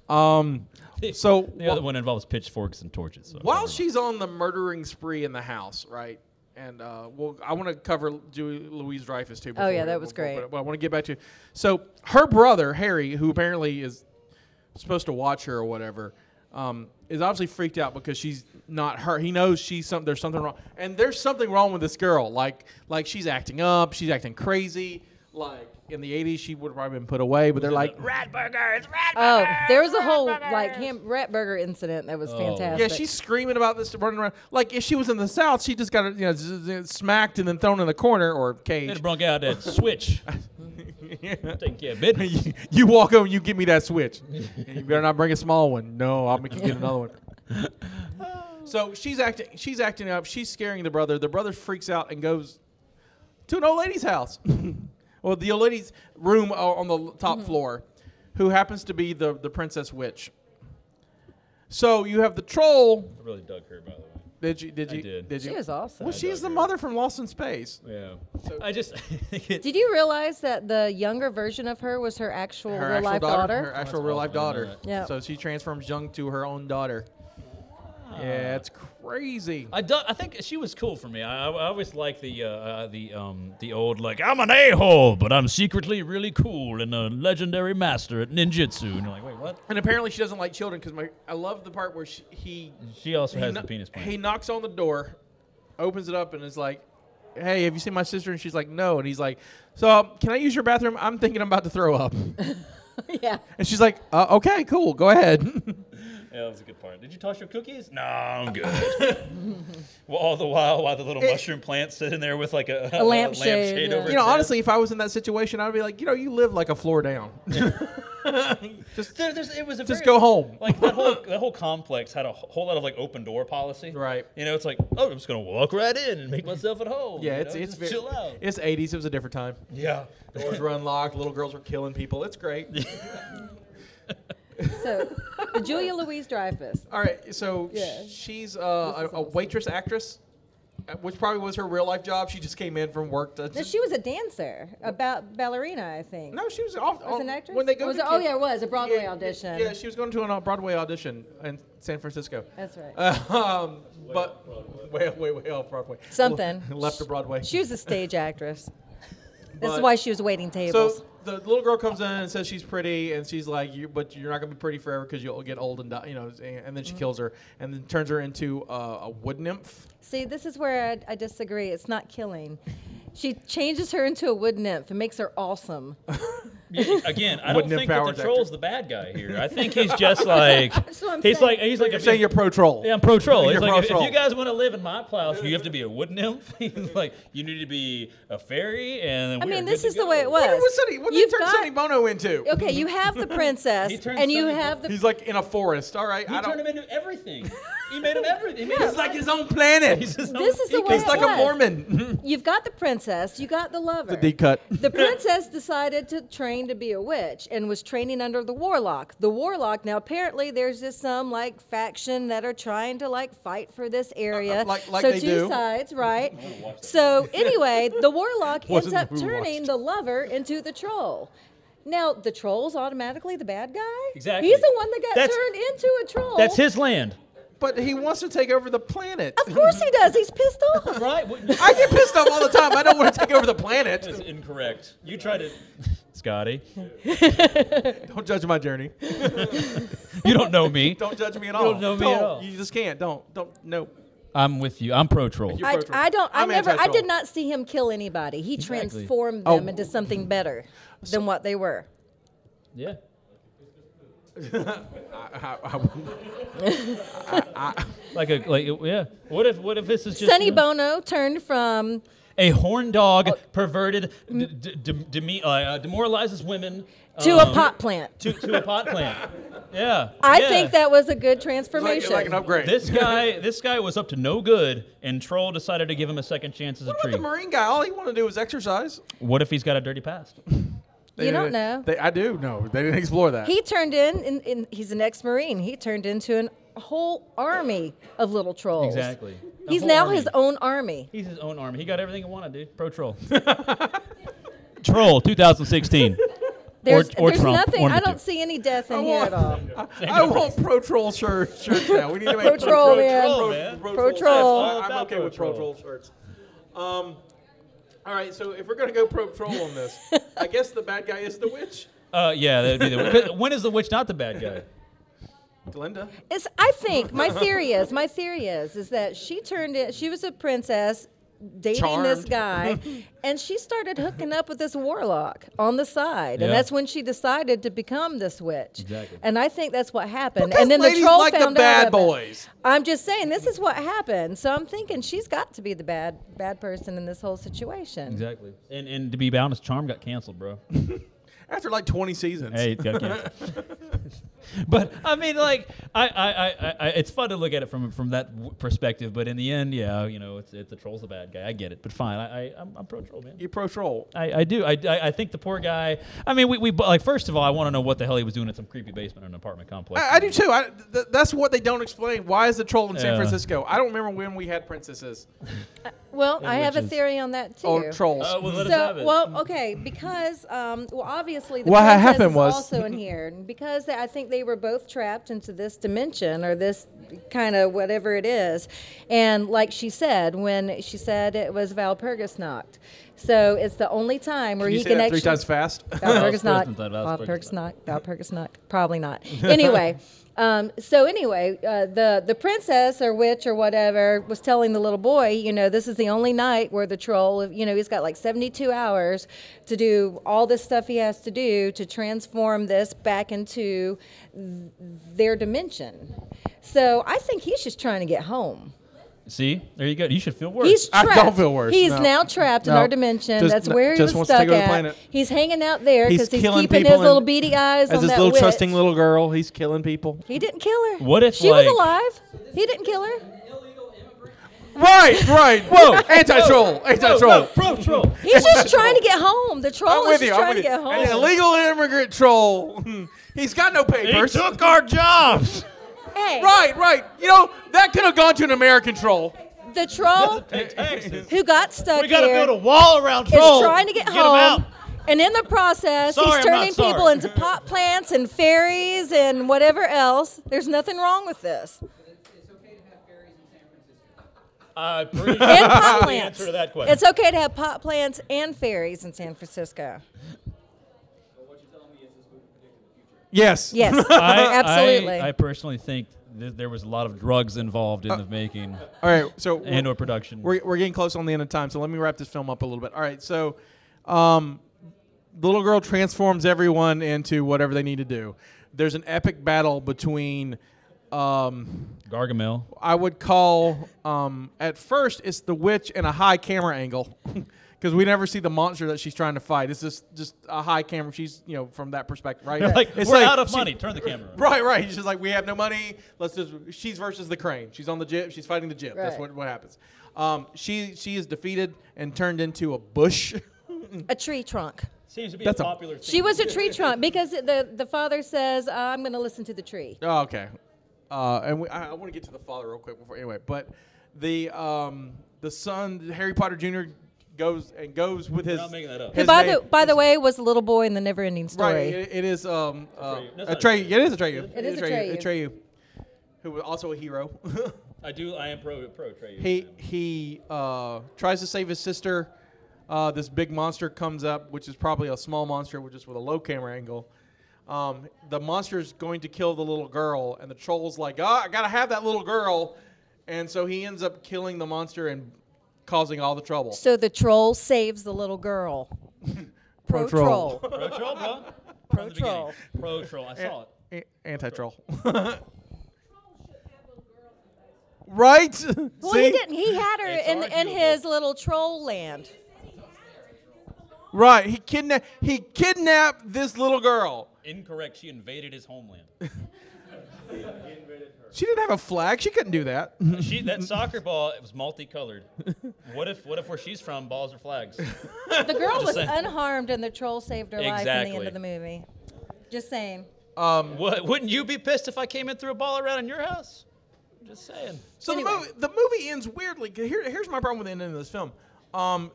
[SPEAKER 2] you. Um, so
[SPEAKER 9] [LAUGHS] The other one involves pitchforks and torches. So
[SPEAKER 2] While she's on the murdering spree in the house, right? And uh, well, I want to cover Ju Louise Dreyfus too. before
[SPEAKER 3] Oh, yeah,
[SPEAKER 2] we-
[SPEAKER 3] that was
[SPEAKER 2] before-
[SPEAKER 3] great.
[SPEAKER 2] But, but I want to get back to so her brother Harry, who apparently is supposed to watch her or whatever, um, is obviously freaked out because she's not her. He knows she's some. There's something wrong, and there's something wrong with this girl. Like like she's acting up. She's acting crazy. Like in the '80s, she would have probably been put away. But they're like,
[SPEAKER 3] Oh, there was a whole like ham rat burger incident that was fantastic.
[SPEAKER 2] Yeah, she's screaming about this, running around. Like if she was in the South, she just got you know, z- z- smacked and then thrown in the corner or
[SPEAKER 9] They'd
[SPEAKER 2] cage.
[SPEAKER 9] have brought out that switch. Take care
[SPEAKER 2] [LAUGHS]
[SPEAKER 9] of
[SPEAKER 2] [LAUGHS]
[SPEAKER 9] business.
[SPEAKER 2] you, you walk over and you give me that switch. [LAUGHS] And you better not bring a small one. No, I'll make you get another one. So she's acting. She's acting up. She's scaring the brother. The brother freaks out and goes to an old lady's house. [LAUGHS] well, the old lady's room o- on the l- top floor, who happens to be the the princess witch. So you have the troll.
[SPEAKER 9] I really dug her, by the way.
[SPEAKER 2] Did you? Did
[SPEAKER 9] I
[SPEAKER 2] you?
[SPEAKER 9] did.
[SPEAKER 2] you?
[SPEAKER 3] She was awesome.
[SPEAKER 2] Well, she's
[SPEAKER 9] dug
[SPEAKER 2] the
[SPEAKER 9] her.
[SPEAKER 2] mother from Lost in Space.
[SPEAKER 9] Yeah. I just [LAUGHS] it's
[SPEAKER 3] Did you realize that the younger version of her was her actual
[SPEAKER 2] Her
[SPEAKER 3] real
[SPEAKER 2] actual
[SPEAKER 3] life
[SPEAKER 2] daughter,
[SPEAKER 3] daughter?
[SPEAKER 2] Her actual real life
[SPEAKER 9] Oh, awesome. I didn't
[SPEAKER 2] daughter.
[SPEAKER 3] that.
[SPEAKER 9] know
[SPEAKER 3] Yeah.
[SPEAKER 2] So she transforms Jung to her own daughter.
[SPEAKER 9] Ah.
[SPEAKER 2] Yeah, it's crazy.
[SPEAKER 9] I, do, I think she was cool for me. I, I, I always like the uh, uh, the um, the old like I'm an a hole, but I'm secretly really cool and a legendary master at ninjutsu. And you're like, wait, what?
[SPEAKER 2] And apparently she doesn't like children because my I love the part where she, he
[SPEAKER 9] She also
[SPEAKER 2] he
[SPEAKER 9] has
[SPEAKER 2] kno-
[SPEAKER 9] the penis
[SPEAKER 2] He
[SPEAKER 9] plan.
[SPEAKER 2] knocks on the door, opens it up, and is like, "Hey, have you seen my sister?" And she's like, "No." And he's like, "So um, can I use your bathroom? I'm thinking I'm about to throw up."
[SPEAKER 3] [LAUGHS] yeah.
[SPEAKER 2] and she's like, uh, "Okay, cool, go ahead."
[SPEAKER 9] Yeah, that was a good part. Did you toss your cookies? No, I'm good. [LAUGHS] well, all the while, while the little
[SPEAKER 2] It-
[SPEAKER 9] mushroom plant's sitting there with like a,
[SPEAKER 3] lampshade,
[SPEAKER 9] lampshade
[SPEAKER 3] yeah.
[SPEAKER 9] over
[SPEAKER 2] you
[SPEAKER 9] its
[SPEAKER 2] know,
[SPEAKER 9] head.
[SPEAKER 2] honestly, if I was in that situation, I'd be like, you know, you live like a floor down. Just
[SPEAKER 9] There, there's, it was a
[SPEAKER 2] Just
[SPEAKER 9] very-
[SPEAKER 2] go home.
[SPEAKER 9] Like
[SPEAKER 2] [LAUGHS]
[SPEAKER 9] that whole that whole complex had a wh- whole lot of like open door policy.
[SPEAKER 2] Right.
[SPEAKER 9] You know, it's like, oh, I'm just gonna walk right in and make myself at home.
[SPEAKER 2] Yeah,
[SPEAKER 9] you
[SPEAKER 2] it's
[SPEAKER 9] know,
[SPEAKER 2] it's very,
[SPEAKER 9] just chill out.
[SPEAKER 2] it's 80s. It was a different time.
[SPEAKER 9] yeah.
[SPEAKER 2] Doors were unlocked. Little girls were killing people. It's great.
[SPEAKER 3] So, the Julia
[SPEAKER 2] [LAUGHS]
[SPEAKER 3] Louise Dreyfus.
[SPEAKER 2] All right, so sh-
[SPEAKER 3] Yeah.
[SPEAKER 2] she's uh, a, a waitress actress, uh, which probably was her real life job. She just came in from work. To
[SPEAKER 3] No, she was a dancer, a ba- ballerina, I think.
[SPEAKER 2] no, she was off.
[SPEAKER 3] was
[SPEAKER 2] on-
[SPEAKER 3] an actress.
[SPEAKER 2] When they go
[SPEAKER 3] was
[SPEAKER 2] to
[SPEAKER 3] it- oh
[SPEAKER 2] kid-
[SPEAKER 3] yeah, it was a Broadway
[SPEAKER 2] yeah,
[SPEAKER 3] audition.
[SPEAKER 2] Yeah, she was going to an uh, Broadway audition in San Francisco.
[SPEAKER 3] That's right.
[SPEAKER 2] Uh, [LAUGHS] um, but [LAUGHS] way, way, way off Broadway.
[SPEAKER 3] Something.
[SPEAKER 2] [LAUGHS] Left of Broadway.
[SPEAKER 3] she was a stage
[SPEAKER 2] [LAUGHS]
[SPEAKER 3] actress. This is
[SPEAKER 2] But-
[SPEAKER 3] why she was waiting tables.
[SPEAKER 2] So the little girl comes in and says she's pretty, and she's like, you, "But you're not gonna be pretty forever because you'll get old and die," you know. And, and then she
[SPEAKER 9] Mm-hmm.
[SPEAKER 2] kills her, and then turns her into uh, a wood nymph.
[SPEAKER 3] See, this is where I, I
[SPEAKER 2] Oh,
[SPEAKER 3] disagree. It's not killing. She changes her into a wood nymph and makes her awesome.
[SPEAKER 9] Yeah, again, I don't
[SPEAKER 11] Wouldn't
[SPEAKER 9] think
[SPEAKER 11] empower
[SPEAKER 9] that the
[SPEAKER 11] that
[SPEAKER 9] troll's the bad guy here. I think he's
[SPEAKER 2] [LAUGHS]
[SPEAKER 9] just like
[SPEAKER 11] That's what I'm
[SPEAKER 9] he's
[SPEAKER 11] saying.
[SPEAKER 9] like he's
[SPEAKER 11] So
[SPEAKER 9] like
[SPEAKER 11] you're
[SPEAKER 9] if
[SPEAKER 11] saying
[SPEAKER 9] you-
[SPEAKER 11] you're pro-troll.
[SPEAKER 9] Yeah, I'm pro troll.
[SPEAKER 11] You're
[SPEAKER 9] He's like if- if,
[SPEAKER 11] pro-troll.
[SPEAKER 9] you guys want to live in my plows, you have to be a wood nymph. [LAUGHS] he's like you need to be a fairy, and
[SPEAKER 3] I
[SPEAKER 9] we are
[SPEAKER 3] mean,
[SPEAKER 9] good
[SPEAKER 3] this
[SPEAKER 9] to
[SPEAKER 3] is the
[SPEAKER 9] go.
[SPEAKER 3] way it was.
[SPEAKER 2] Sonny- what did
[SPEAKER 3] You've
[SPEAKER 2] they turn
[SPEAKER 3] got-
[SPEAKER 2] Sonny Bono into?
[SPEAKER 3] Okay, you have the
[SPEAKER 2] [LAUGHS]
[SPEAKER 3] princess,
[SPEAKER 2] He turned
[SPEAKER 3] and you
[SPEAKER 2] Sonny
[SPEAKER 3] have the.
[SPEAKER 2] He's like in a forest. All right,
[SPEAKER 9] He
[SPEAKER 2] I don't.
[SPEAKER 9] turned him into everything.
[SPEAKER 3] [LAUGHS]
[SPEAKER 9] He made him everything. He made
[SPEAKER 2] He's
[SPEAKER 9] him
[SPEAKER 2] like his own planet.
[SPEAKER 9] [LAUGHS] He's his
[SPEAKER 3] This is the way
[SPEAKER 2] He's
[SPEAKER 3] it
[SPEAKER 2] like a
[SPEAKER 3] was.
[SPEAKER 9] [LAUGHS]
[SPEAKER 2] Mormon.
[SPEAKER 3] You've got the princess. You got the lover.
[SPEAKER 2] The D cut.
[SPEAKER 3] The princess decided to train to be a witch and was training under the warlock. The warlock now apparently there's just some like faction that are trying to like fight for this area.
[SPEAKER 11] Uh, like- like
[SPEAKER 3] so
[SPEAKER 11] they
[SPEAKER 3] two
[SPEAKER 11] do.
[SPEAKER 3] sides, right? So anyway, the warlock ends
[SPEAKER 11] Wasn't
[SPEAKER 3] up
[SPEAKER 11] who
[SPEAKER 3] turning the lover into the troll. Now the troll's automatically the bad guy.
[SPEAKER 9] Exactly.
[SPEAKER 3] He's the one that got
[SPEAKER 9] That's-
[SPEAKER 3] turned into a troll.
[SPEAKER 9] That's his land.
[SPEAKER 2] But he wants to take over the planet.
[SPEAKER 3] Of course he does. He's pissed off.
[SPEAKER 9] Right? [LAUGHS]
[SPEAKER 2] I get pissed off all the time. I don't want to take over the planet.
[SPEAKER 9] That's incorrect. You tried to, [LAUGHS] Scotty.
[SPEAKER 2] Don't judge my journey.
[SPEAKER 9] You don't know me.
[SPEAKER 2] Don't judge me at
[SPEAKER 9] You
[SPEAKER 2] all.
[SPEAKER 9] don't know me at all.
[SPEAKER 2] You just can't. Don't. Don't. No.
[SPEAKER 9] I'm with you. I'm pro troll.
[SPEAKER 2] You're
[SPEAKER 3] I,
[SPEAKER 2] pro-troll.
[SPEAKER 3] I don't. I
[SPEAKER 2] I'm
[SPEAKER 3] never. I
[SPEAKER 2] anti-troll.
[SPEAKER 3] did not see him kill anybody. He transformed
[SPEAKER 2] Oh.
[SPEAKER 3] them into something better than what they were.
[SPEAKER 9] Yeah.
[SPEAKER 2] [LAUGHS] I, I, I, I,
[SPEAKER 9] Like a like yeah. What if what if this is just
[SPEAKER 3] Sonny Bono turned from
[SPEAKER 9] a horn dog,
[SPEAKER 3] Oh.
[SPEAKER 9] perverted, d- d- d- deme- uh, uh, demoralizes women
[SPEAKER 3] to a
[SPEAKER 9] um,
[SPEAKER 3] pot plant.
[SPEAKER 9] to, to a
[SPEAKER 3] [LAUGHS]
[SPEAKER 9] pot plant. Yeah,
[SPEAKER 3] I
[SPEAKER 9] yeah.
[SPEAKER 3] think that was a good transformation.
[SPEAKER 9] This guy, this guy was up to no good, and Troll decided to give him a second chance as a
[SPEAKER 2] the
[SPEAKER 9] treat.
[SPEAKER 2] Marine guy. All he wanted to do was exercise.
[SPEAKER 9] What if he's got a dirty past? [LAUGHS]
[SPEAKER 3] You don't know.
[SPEAKER 2] They, I do know. They didn't explore that.
[SPEAKER 3] He turned in, in, in. He's an ex-marine. He turned into an a whole army of little trolls.
[SPEAKER 9] Exactly. A
[SPEAKER 3] He's
[SPEAKER 9] whole
[SPEAKER 3] now
[SPEAKER 9] army.
[SPEAKER 3] his own army.
[SPEAKER 9] He's his own army. He got everything he wanted, dude.
[SPEAKER 3] [LAUGHS]
[SPEAKER 9] Pro Troll. Troll 2016.
[SPEAKER 3] There's,
[SPEAKER 9] or
[SPEAKER 3] there's
[SPEAKER 9] Trump,
[SPEAKER 3] nothing.
[SPEAKER 9] one of
[SPEAKER 3] I
[SPEAKER 9] the
[SPEAKER 3] don't see any death in here at all.
[SPEAKER 2] I, I want pro troll
[SPEAKER 3] [LAUGHS]
[SPEAKER 2] shirt, shirts now. We need to make
[SPEAKER 3] Pro troll,
[SPEAKER 2] pro-troll-
[SPEAKER 3] man.
[SPEAKER 2] pro-
[SPEAKER 3] Pro
[SPEAKER 2] pro-troll
[SPEAKER 3] troll.
[SPEAKER 2] shirts. I- I'm okay with pro troll shirts. Um, all right, so if we're gonna go pro troll on this, I guess the bad guy is the witch,
[SPEAKER 9] Uh, yeah, that'd be the. 'cause When is the witch not the bad guy?
[SPEAKER 2] Glinda.
[SPEAKER 3] It's. I think my theory is. My theory is is that she turned it. She was a princess dating this
[SPEAKER 2] Charmed.
[SPEAKER 3] guy,
[SPEAKER 2] [LAUGHS]
[SPEAKER 3] and she started hooking up with this warlock on the side, and
[SPEAKER 2] Yeah.
[SPEAKER 3] that's when she decided to become this witch.
[SPEAKER 2] Exactly.
[SPEAKER 3] And I think that's what happened.
[SPEAKER 2] Because
[SPEAKER 3] and then
[SPEAKER 2] ladies
[SPEAKER 3] the troll
[SPEAKER 2] like the
[SPEAKER 3] found out
[SPEAKER 2] bad
[SPEAKER 3] about it.
[SPEAKER 2] boys.
[SPEAKER 3] I'm just saying this is what happened. So I'm thinking she's got to be the bad bad person in this whole situation.
[SPEAKER 9] Exactly. And and to be honest, Charm got canceled, bro.
[SPEAKER 2] After like 20 seasons.
[SPEAKER 9] [LAUGHS] Hey, it got canceled. but I mean, like, I, I, I, I, it's fun to look at it from from that w- perspective. But in the end, yeah, you know, it's, it's the troll's the bad guy. I get it, but fine. I, I I'm, I'm pro troll, man.
[SPEAKER 2] You pro troll.
[SPEAKER 9] I, I do. I, I, I think the poor guy. I mean, we, we bu- like first of all, I want to know what the hell he was doing in some creepy basement in an apartment complex.
[SPEAKER 2] I, I do too. I, th- that's what they don't explain. Why is the troll in San
[SPEAKER 9] Yeah.
[SPEAKER 2] Francisco? I don't remember when we had princesses.
[SPEAKER 3] Well,
[SPEAKER 2] And
[SPEAKER 3] I have a
[SPEAKER 2] witches.
[SPEAKER 3] theory on that too.
[SPEAKER 2] Oh, trolls.
[SPEAKER 9] Oh, well, let us
[SPEAKER 3] so,
[SPEAKER 9] have it.
[SPEAKER 3] well, okay, because um, well, obviously the
[SPEAKER 2] What
[SPEAKER 3] princess
[SPEAKER 2] happened
[SPEAKER 3] is
[SPEAKER 2] was-
[SPEAKER 3] also in here, and because they, I think they were both trapped into this dimension or this kind of whatever it is, and like she said, when she said it was Valpurgis knocked, so it's the only time where
[SPEAKER 2] Can you
[SPEAKER 3] he
[SPEAKER 2] say
[SPEAKER 3] can
[SPEAKER 2] that
[SPEAKER 3] actually
[SPEAKER 2] three times fast? [LAUGHS]
[SPEAKER 3] Valpurgis knocked,
[SPEAKER 2] Valpurgis
[SPEAKER 3] Valpurgis knocked, Valpurgis knocked, probably not. Anyway. Um, so anyway, uh, the the princess or witch or whatever was telling the little boy, you know, this is the only night where the troll, you know, he's got like 72 hours to do all this stuff he has to do to transform this back into th- their dimension. So I think he's just trying to get home.
[SPEAKER 9] See, there you go. You should feel worse.
[SPEAKER 3] He's trapped. He's now trapped in
[SPEAKER 9] No.
[SPEAKER 3] our dimension.
[SPEAKER 9] Just-
[SPEAKER 3] That's where he
[SPEAKER 9] just
[SPEAKER 3] was
[SPEAKER 9] wants to
[SPEAKER 3] stuck
[SPEAKER 9] take over the
[SPEAKER 3] at.
[SPEAKER 9] planet.
[SPEAKER 3] He's hanging out there
[SPEAKER 2] He's
[SPEAKER 3] because he's,
[SPEAKER 2] killing
[SPEAKER 3] keeping
[SPEAKER 2] people
[SPEAKER 3] his little
[SPEAKER 2] and-
[SPEAKER 3] beady eyes
[SPEAKER 2] As
[SPEAKER 3] on
[SPEAKER 2] this
[SPEAKER 3] that
[SPEAKER 2] little
[SPEAKER 3] witch.
[SPEAKER 2] trusting little girl, he's killing people.
[SPEAKER 3] He didn't kill her.
[SPEAKER 2] What if,
[SPEAKER 3] she
[SPEAKER 2] like-
[SPEAKER 3] was alive? He didn't kill
[SPEAKER 9] [LAUGHS]
[SPEAKER 3] her.
[SPEAKER 2] [LAUGHS] Right, right. Whoa. Anti troll. Anti troll.
[SPEAKER 9] Pro troll.
[SPEAKER 3] He's just trying to get home. The troll
[SPEAKER 2] I'm with
[SPEAKER 3] is
[SPEAKER 2] you.
[SPEAKER 3] just trying
[SPEAKER 2] I'm with
[SPEAKER 3] to
[SPEAKER 2] you.
[SPEAKER 3] get home.
[SPEAKER 2] An illegal immigrant troll. Hmm. He's got no papers.
[SPEAKER 9] took our [LAUGHS] jobs.
[SPEAKER 3] Hey.
[SPEAKER 2] Right, right. You know that could have gone to an American troll.
[SPEAKER 3] The troll who got stuck
[SPEAKER 9] We gotta
[SPEAKER 3] here
[SPEAKER 9] build a wall around
[SPEAKER 3] is
[SPEAKER 9] trolls.
[SPEAKER 3] trying to get,
[SPEAKER 9] Get 'em out.
[SPEAKER 3] home. And in the process,
[SPEAKER 9] Sorry, I'm
[SPEAKER 3] he's
[SPEAKER 9] not
[SPEAKER 3] turning people
[SPEAKER 9] sorry.
[SPEAKER 3] into pot plants and fairies and whatever else. There's nothing wrong with this.
[SPEAKER 9] I'm pretty sure
[SPEAKER 3] And
[SPEAKER 9] that's
[SPEAKER 3] pot
[SPEAKER 9] [LAUGHS] the
[SPEAKER 3] plants.
[SPEAKER 9] answer to that question.
[SPEAKER 3] It's okay to have pot plants and fairies in San Francisco.
[SPEAKER 2] Yes.
[SPEAKER 9] [LAUGHS]
[SPEAKER 3] Yes, [LAUGHS] absolutely.
[SPEAKER 9] I, I personally think that there was a lot of drugs involved in the making.
[SPEAKER 2] All right, so we're-
[SPEAKER 9] and or production.
[SPEAKER 2] We're, we're getting close on the end of time, so let me wrap this film up a little bit. All right, so um, the little girl transforms everyone into whatever they need to do. There's an epic battle between. Um,
[SPEAKER 9] [LAUGHS] Gargamel.
[SPEAKER 2] I would call um, at first it's the witch and a high camera angle [LAUGHS] because we never see the monster that she's trying to fight. It's just just a high camera. She's you know from that perspective, right?
[SPEAKER 9] They're like,
[SPEAKER 2] it's
[SPEAKER 9] "We're out of
[SPEAKER 2] she-
[SPEAKER 9] money. Turn the camera
[SPEAKER 2] [LAUGHS]
[SPEAKER 9] on."
[SPEAKER 2] Right, right. She's like, we have no money. Let's just. She's versus the crane. She's on the jib. She's fighting the jib. That's
[SPEAKER 3] Right.
[SPEAKER 2] what what happens. Um, she she is defeated and turned into a bush. [LAUGHS]
[SPEAKER 3] a tree trunk.
[SPEAKER 9] Seems to be
[SPEAKER 2] That's a-
[SPEAKER 9] a popular thing.
[SPEAKER 3] She was a tree trunk because the the father says, "Uh, "I'm going to listen to the tree."
[SPEAKER 2] Oh, okay. Uh, and we, I, I want to get to the father real quick before anyway. But the um, the son Harry Potter Jr. goes and goes with his.
[SPEAKER 9] not making that up.
[SPEAKER 3] Who,
[SPEAKER 2] his
[SPEAKER 3] by
[SPEAKER 2] name-
[SPEAKER 3] the by the way, was the little boy in the Never-Ending Story.
[SPEAKER 2] right. It, it is um uh,
[SPEAKER 9] Atreyu. That's not
[SPEAKER 2] Atreyu. It is Atreyu.
[SPEAKER 3] It is Atreyu.
[SPEAKER 2] Atreyu, who was also a hero. [LAUGHS]
[SPEAKER 9] I do. I am pro pro trade.
[SPEAKER 2] he he uh, tries to save his sister. Uh, this big monster comes up, which is probably a small monster, which is with a low camera angle. Um, the monster is going to kill the little girl, and the troll's like, "Ah, I gotta have that little girl," and so he ends up killing the monster and causing all the trouble.
[SPEAKER 3] So the troll saves the
[SPEAKER 2] [LAUGHS]
[SPEAKER 3] little girl. Pro
[SPEAKER 2] troll. [LAUGHS]
[SPEAKER 3] troll.
[SPEAKER 9] pro
[SPEAKER 3] Pro
[SPEAKER 9] troll, bro.
[SPEAKER 3] troll.
[SPEAKER 9] Pro troll. I saw it.
[SPEAKER 2] Anti troll. [LAUGHS] right?
[SPEAKER 3] Well,
[SPEAKER 2] [LAUGHS] See?
[SPEAKER 3] he didn't. He had her
[SPEAKER 9] It's
[SPEAKER 3] in, in
[SPEAKER 9] arguable.
[SPEAKER 3] his little troll
[SPEAKER 9] [LAUGHS]
[SPEAKER 3] land.
[SPEAKER 2] Right. He kidnapped. He kidnapped this little girl.
[SPEAKER 9] Incorrect. She invaded his homeland.
[SPEAKER 2] She didn't have a flag. She couldn't do that.
[SPEAKER 9] she [LAUGHS] that soccer ball it was multicolored. What if what if where she's from balls are flags?
[SPEAKER 3] The girl was
[SPEAKER 9] saying.
[SPEAKER 3] unharmed, and the troll saved her life in the end
[SPEAKER 9] Exactly.
[SPEAKER 3] of the movie. Just saying.
[SPEAKER 9] what, wouldn't you be pissed if I came and threw a ball around in your house? Just saying.
[SPEAKER 2] So the movie the movie ends weirdly. 'Cause Here, here's my problem with the ending of this film. Um,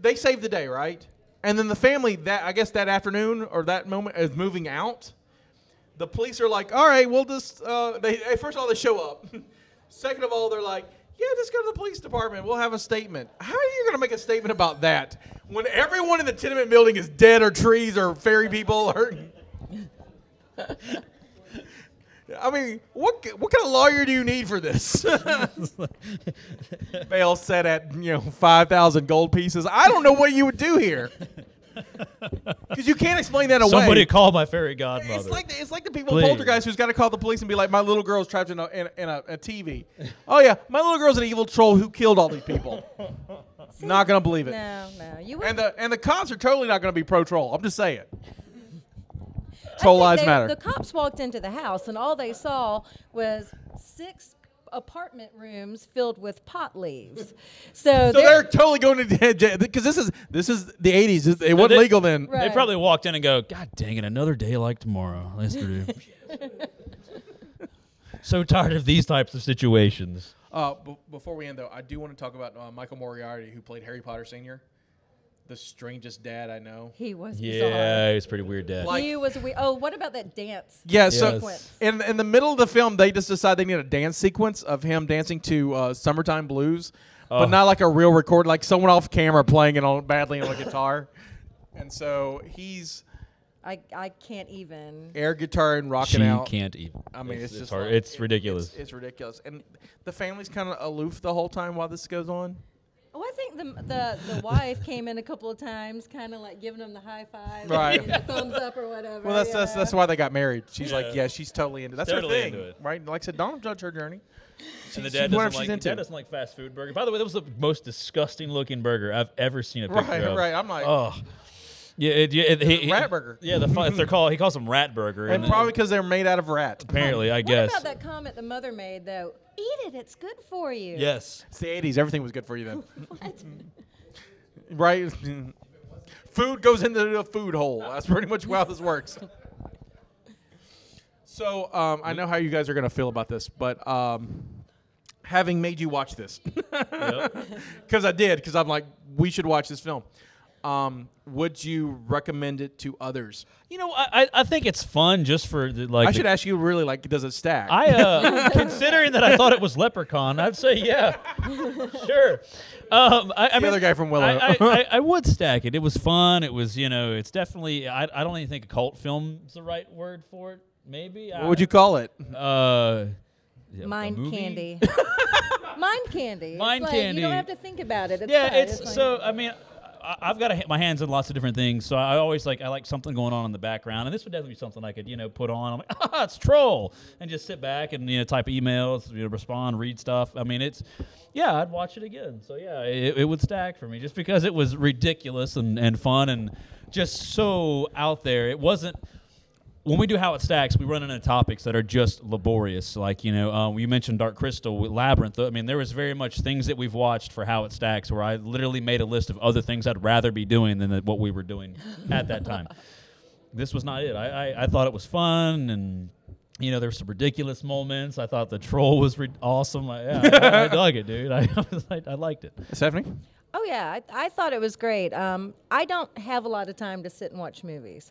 [SPEAKER 2] they save the day, right? And then the family that I guess that afternoon or that moment is moving out. The police are like, "All right, we'll just." Uh, they eh, first of all they show up. [LAUGHS] Second of all, they're like, "Yeah, just go to the police department. We'll have a statement." How are you going to make a statement about that when everyone in the tenement building is dead or trees or fairy people or? I mean, what ki- what kind of lawyer do you need for
[SPEAKER 9] [LAUGHS]
[SPEAKER 2] this? Bale set at you know five thousand gold pieces. I don't know what you would do
[SPEAKER 9] [LAUGHS]
[SPEAKER 2] here because you can't explain that away.
[SPEAKER 9] Somebody call my fairy godmother.
[SPEAKER 2] it's like the, it's like the people
[SPEAKER 9] Please.
[SPEAKER 2] in Poltergeist who's got to call the police and be like, "My little girl's trapped in a in, in a, a TV." oh yeah, my little girl's an evil troll who killed all these people. not gonna believe it.
[SPEAKER 3] No, no. You
[SPEAKER 2] And
[SPEAKER 3] wouldn't.
[SPEAKER 2] the and the cops are totally not gonna be pro troll. I'm just saying. Troll lives
[SPEAKER 3] they-
[SPEAKER 2] matter.
[SPEAKER 3] The cops walked into the house, and all they saw was six apartment rooms filled with
[SPEAKER 2] [LAUGHS]
[SPEAKER 3] pot leaves. So,
[SPEAKER 2] So they're totally going to [LAUGHS] because this is this is the 80s. It wasn't
[SPEAKER 9] they-
[SPEAKER 2] legal then.
[SPEAKER 9] They
[SPEAKER 3] Right.
[SPEAKER 9] probably walked in and go, God dang it, another day like tomorrow. [LAUGHS] Yesterday. so tired of these types of situations.
[SPEAKER 2] Uh, b- before we end though, I do want to talk about uh, Michael Moriarty who played Harry Potter senior, the strangest dad I know.
[SPEAKER 3] he was
[SPEAKER 9] Yeah, it's pretty weird, Dad.
[SPEAKER 3] bizarre. He was we oh, what about that dance?
[SPEAKER 2] Yeah, so
[SPEAKER 9] Yes.
[SPEAKER 2] in in the middle of the film, they just decide they need a dance sequence of him dancing to uh, "Summertime Blues,"
[SPEAKER 9] Oh.
[SPEAKER 2] but not like a real record, like someone off camera playing it on badly on a guitar. And so he's
[SPEAKER 3] I, I can't even.
[SPEAKER 2] air guitar and rocking
[SPEAKER 9] she
[SPEAKER 2] out.
[SPEAKER 9] can't even.
[SPEAKER 2] I mean, it's, just
[SPEAKER 9] hard.
[SPEAKER 2] like-
[SPEAKER 9] it's
[SPEAKER 2] it-
[SPEAKER 9] ridiculous.
[SPEAKER 2] It's, it's ridiculous, and the family's kind of aloof the whole time while this goes on.
[SPEAKER 3] Oh, I think the
[SPEAKER 2] [LAUGHS]
[SPEAKER 3] the, the wife came in a couple of times, kind of like giving him the high five,
[SPEAKER 2] Right.
[SPEAKER 3] and the thumbs up or whatever.
[SPEAKER 2] [LAUGHS] Well, that's
[SPEAKER 3] you
[SPEAKER 2] that's,
[SPEAKER 3] know?
[SPEAKER 2] that's why they got married. She's like,
[SPEAKER 9] Yeah.
[SPEAKER 2] yeah, she's totally into. That's
[SPEAKER 9] Totally
[SPEAKER 2] her thing,
[SPEAKER 9] into it.
[SPEAKER 2] right? Like I said, don't judge her journey.
[SPEAKER 9] And the
[SPEAKER 2] She-
[SPEAKER 9] dad
[SPEAKER 2] she- whatever
[SPEAKER 9] doesn't,
[SPEAKER 2] she's
[SPEAKER 9] like,
[SPEAKER 2] into.
[SPEAKER 9] dad doesn't like fast food burger. By the way, that was the most disgusting looking burger I've ever seen a picture
[SPEAKER 2] Right,
[SPEAKER 9] of.
[SPEAKER 2] right. I'm like-
[SPEAKER 9] oh. Yeah, it, yeah, it, he,
[SPEAKER 2] Rat
[SPEAKER 9] he-
[SPEAKER 2] burger.
[SPEAKER 9] Yeah, the fi- they're called. He calls them rat burger.
[SPEAKER 2] And
[SPEAKER 9] And
[SPEAKER 2] probably because they're made out of rat.
[SPEAKER 9] apparently, I
[SPEAKER 3] What
[SPEAKER 9] guess.
[SPEAKER 3] about that comment the mother made though? Eat it; it's good for you.
[SPEAKER 9] Yes.
[SPEAKER 2] It's the 80s. Everything was good for you then. right? [LAUGHS] food goes into the food hole. That's pretty much how this works. So um, I know how you guys are going to feel about this, but um, having made you watch
[SPEAKER 9] [LAUGHS]
[SPEAKER 2] this, because I did, because I'm like, we should watch this film. Um, would you recommend it to others?
[SPEAKER 9] You know, I, I- I think it's fun just for the, like.
[SPEAKER 2] I
[SPEAKER 9] the-
[SPEAKER 2] should ask you really like, does it stack?
[SPEAKER 9] I uh, considering that I thought it was Leprechaun, I'd say yeah, sure. Um, I, I mean,
[SPEAKER 2] other guy from Willow.
[SPEAKER 9] I, I,
[SPEAKER 2] [LAUGHS]
[SPEAKER 9] I, I would stack it. It was fun. It was you know, it's definitely. I, I don't even think a cult film is the right word for it. Maybe.
[SPEAKER 2] what would you call it?
[SPEAKER 9] Uh, yeah, a
[SPEAKER 3] Mind
[SPEAKER 9] movie? [LAUGHS]
[SPEAKER 3] candy. Mind candy. It's
[SPEAKER 9] Mind
[SPEAKER 3] like, You
[SPEAKER 9] candy.
[SPEAKER 3] don't have to think about it. It's
[SPEAKER 9] Yeah,
[SPEAKER 3] fine.
[SPEAKER 9] it's
[SPEAKER 3] fine.
[SPEAKER 9] so. I mean, I- I, I've got to hit my hands in lots of different things, so I always like I like something going on in the background, and this would definitely be something I could you know put on. I'm like, [LAUGHS] ah, it's troll, and just sit back and you know type emails, you know, respond, read stuff. I mean, it's yeah, I'd watch it again. So yeah, it, it would stack for me just because it was ridiculous and and fun and just so out there. It wasn't when we do how it stacks, we run into topics that are just laborious. Like you know, um, you mentioned Dark Crystal, with Labyrinth. I mean, there was very much things that we've watched for how it stacks, where I literally made a list of other things I'd rather be doing than that what we were doing
[SPEAKER 2] [LAUGHS]
[SPEAKER 9] at that time. This was not it. I, I, I thought it was fun and. You know, there were some ridiculous moments. I thought the troll was re- awesome. I, yeah, I,
[SPEAKER 2] [LAUGHS]
[SPEAKER 9] I dug it, dude. [LAUGHS] I, was like, I liked it.
[SPEAKER 2] Stephanie?
[SPEAKER 3] Oh yeah, I, I thought it was great. Um, I don't have a lot of time to sit and watch movies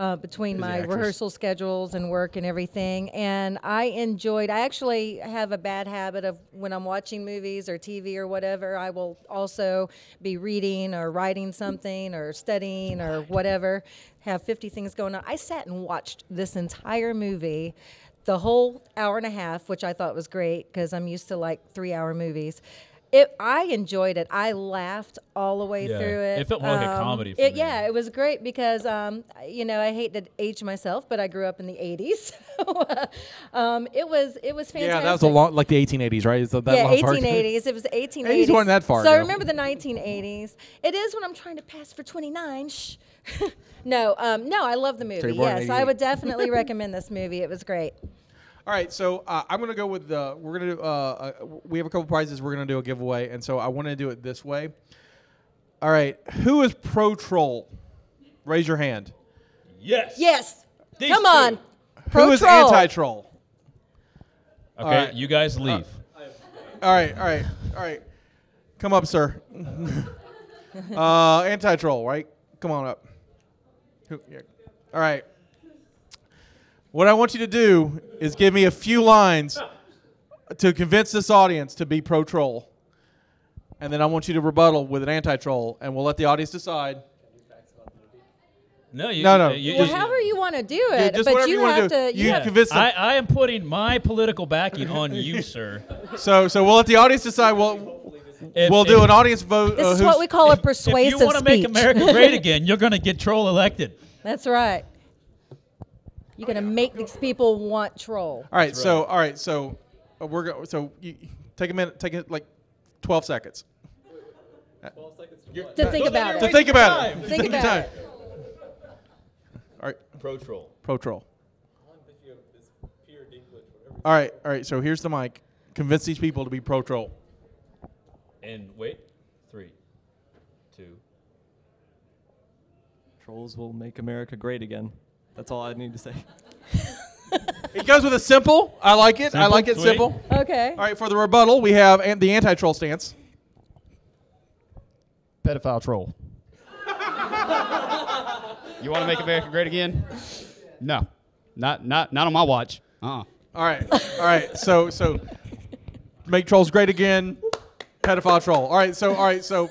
[SPEAKER 3] uh, between
[SPEAKER 11] As an
[SPEAKER 3] my
[SPEAKER 11] actress.
[SPEAKER 3] rehearsal schedules and work and everything. And I enjoyed. I actually have a bad habit of when I'm watching movies or TV or whatever, I will also be reading or writing something or studying or whatever. Have 50 things going on. I sat and watched this entire movie the whole hour and a half, which I thought was great because I'm used to like three hour movies. It, I enjoyed it. I laughed all the way
[SPEAKER 9] Yeah.
[SPEAKER 3] through it. Um,
[SPEAKER 9] It felt more like a comedy for
[SPEAKER 3] it-
[SPEAKER 9] me.
[SPEAKER 3] Yeah, it was great because, um, you know, I hate to age myself, but I grew up in the '80s. [LAUGHS] So, uh, um, it was it was fantastic.
[SPEAKER 2] Yeah, that was a long, like the 1880s, right? Is that, that
[SPEAKER 3] yeah,
[SPEAKER 2] long part?
[SPEAKER 3] 1880s. It was 1880s.
[SPEAKER 2] 80s weren't that far
[SPEAKER 3] So
[SPEAKER 2] ago.
[SPEAKER 3] remember the 1980s. It is when I'm trying to pass for 29. Shh. [LAUGHS] no, um, no, I love the
[SPEAKER 2] So
[SPEAKER 3] movie.
[SPEAKER 2] you were in
[SPEAKER 3] Yes, I
[SPEAKER 2] 88. [LAUGHS]
[SPEAKER 3] would definitely recommend this movie. It was great.
[SPEAKER 2] [LAUGHS] All right, so uh, I'm gonna go with the we're gonna do, uh, uh, we have a couple prizes we're gonna do a giveaway, and so I want to do it this way. All right, who is pro troll? Raise your hand.
[SPEAKER 9] Yes.
[SPEAKER 3] Yes.
[SPEAKER 9] These
[SPEAKER 3] Come
[SPEAKER 9] two.
[SPEAKER 3] on. Pro
[SPEAKER 2] who is
[SPEAKER 3] troll.
[SPEAKER 2] anti troll?
[SPEAKER 9] Okay, you
[SPEAKER 2] Uh,
[SPEAKER 9] guys leave.
[SPEAKER 2] all right, all right, all right. Come up, sir. [LAUGHS] uh, anti troll, right? Come on up. Who, yeah. All right. What I want you to do is give me a few lines to convince this audience to be pro troll. And then I want you to rebuttal with an anti troll, and we'll let the audience decide.
[SPEAKER 9] No, you
[SPEAKER 2] No, no.
[SPEAKER 9] You,
[SPEAKER 3] well,
[SPEAKER 9] just-
[SPEAKER 3] however you want to do
[SPEAKER 9] Yeah,
[SPEAKER 3] it,
[SPEAKER 2] just
[SPEAKER 3] but
[SPEAKER 2] whatever
[SPEAKER 3] you,
[SPEAKER 2] you wanna
[SPEAKER 3] have
[SPEAKER 2] do.
[SPEAKER 3] to. You
[SPEAKER 2] You
[SPEAKER 3] have
[SPEAKER 2] can convince them.
[SPEAKER 9] I, I am putting my political backing on
[SPEAKER 2] [LAUGHS]
[SPEAKER 9] you, sir.
[SPEAKER 2] So, so we'll let the audience decide. We'll, we'll do an audience vote.
[SPEAKER 3] This
[SPEAKER 2] uh,
[SPEAKER 3] is
[SPEAKER 2] who's-
[SPEAKER 3] what
[SPEAKER 2] [LAUGHS]
[SPEAKER 3] we call a
[SPEAKER 9] If
[SPEAKER 3] persuasive
[SPEAKER 9] you want to make
[SPEAKER 3] speech. [LAUGHS]
[SPEAKER 9] America great again, you're going to get troll elected.
[SPEAKER 3] That's right. You're gonna make these people want troll.
[SPEAKER 2] All right, so all right, so uh, we're go- so you, take a minute, take it like twelve seconds. Twelve seconds
[SPEAKER 3] To think about it.
[SPEAKER 2] To think about it.
[SPEAKER 3] Think about it.
[SPEAKER 2] All right.
[SPEAKER 9] Pro troll.
[SPEAKER 2] Pro troll. All right, all right. So here's the mic. Convince these people to be pro troll.
[SPEAKER 9] And wait, three, two.
[SPEAKER 10] Trolls will make America great again. That's all I need to say.
[SPEAKER 2] It goes with a simple. I like it. I
[SPEAKER 10] Simple,
[SPEAKER 2] like it
[SPEAKER 10] sweet.
[SPEAKER 2] simple.
[SPEAKER 3] Okay.
[SPEAKER 2] All right, for the rebuttal, we have an- the anti troll stance.
[SPEAKER 12] Pedophile troll. you want to make America great again? No, not not not on my watch. Uh. uh
[SPEAKER 2] All right, all right. So so make trolls great again. Pedophile troll. All right, so all right, so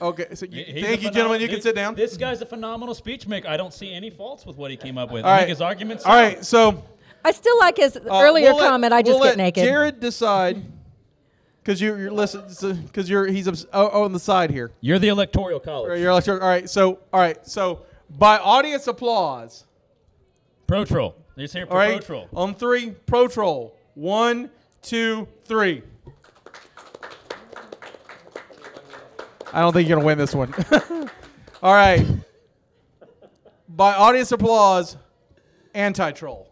[SPEAKER 2] okay. So you,
[SPEAKER 9] He's a
[SPEAKER 2] thank you,
[SPEAKER 9] phenomenal-
[SPEAKER 2] gentlemen. You can
[SPEAKER 9] dude,
[SPEAKER 2] sit down.
[SPEAKER 9] This guy's a phenomenal speech maker. I don't see any faults with what he came up with.
[SPEAKER 2] All
[SPEAKER 9] I
[SPEAKER 2] right.
[SPEAKER 9] think his arguments.
[SPEAKER 2] All right, so
[SPEAKER 3] I still like his
[SPEAKER 2] uh,
[SPEAKER 3] earlier
[SPEAKER 2] we'll let-
[SPEAKER 3] comment. I just
[SPEAKER 2] we'll
[SPEAKER 3] get
[SPEAKER 2] let
[SPEAKER 3] naked.
[SPEAKER 2] Jared decide because you, you're listen because you're he's obs- oh, oh, on the side here.
[SPEAKER 9] You're the electoral college.
[SPEAKER 2] You're electric. All right, so all right, so by audience applause.
[SPEAKER 9] Pro troll. He's here for
[SPEAKER 2] All right,
[SPEAKER 9] pro troll.
[SPEAKER 2] on three, pro troll. One, two, three. I don't think you're gonna win this one. [LAUGHS] All right. By audience applause, anti-troll.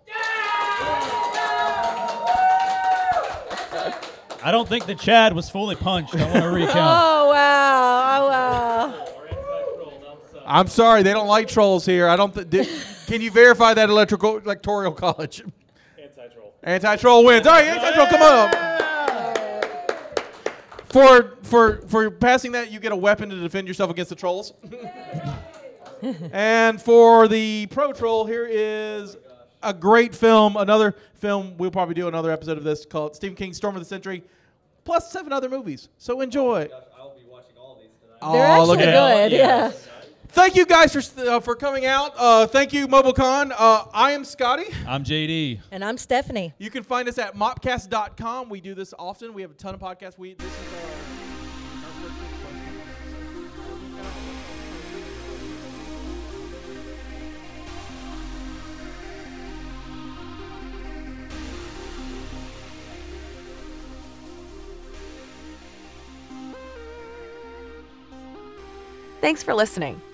[SPEAKER 9] I don't think the Chad was fully punched. I
[SPEAKER 2] [LAUGHS]
[SPEAKER 9] want to recount.
[SPEAKER 3] Oh wow! Oh wow!
[SPEAKER 2] I'm sorry, they don't like trolls here. I don't. Th-
[SPEAKER 3] [LAUGHS]
[SPEAKER 2] di- can you verify that electrical electoral college? Anti-troll. Anti-troll wins. All right, anti-troll, come on up. For for for passing that, you get a weapon to defend yourself against the
[SPEAKER 3] [LAUGHS]
[SPEAKER 2] trolls. and for the pro troll, here is a great film. Another film. We'll probably do another episode of this called Stephen King's Storm of the Century, plus seven other movies. So enjoy.
[SPEAKER 3] They're
[SPEAKER 2] Oh, look
[SPEAKER 3] actually
[SPEAKER 2] at that.
[SPEAKER 3] good. Yeah.
[SPEAKER 2] Thank you guys for uh, for coming out. Uh, thank you, MobileCon. Uh, I am Scotty.
[SPEAKER 9] I'm JD.
[SPEAKER 3] And I'm Stephanie.
[SPEAKER 2] You can find us at mopcast.com. We do this often. We have a ton of podcasts. We this is our, our work week.
[SPEAKER 3] Thanks for listening.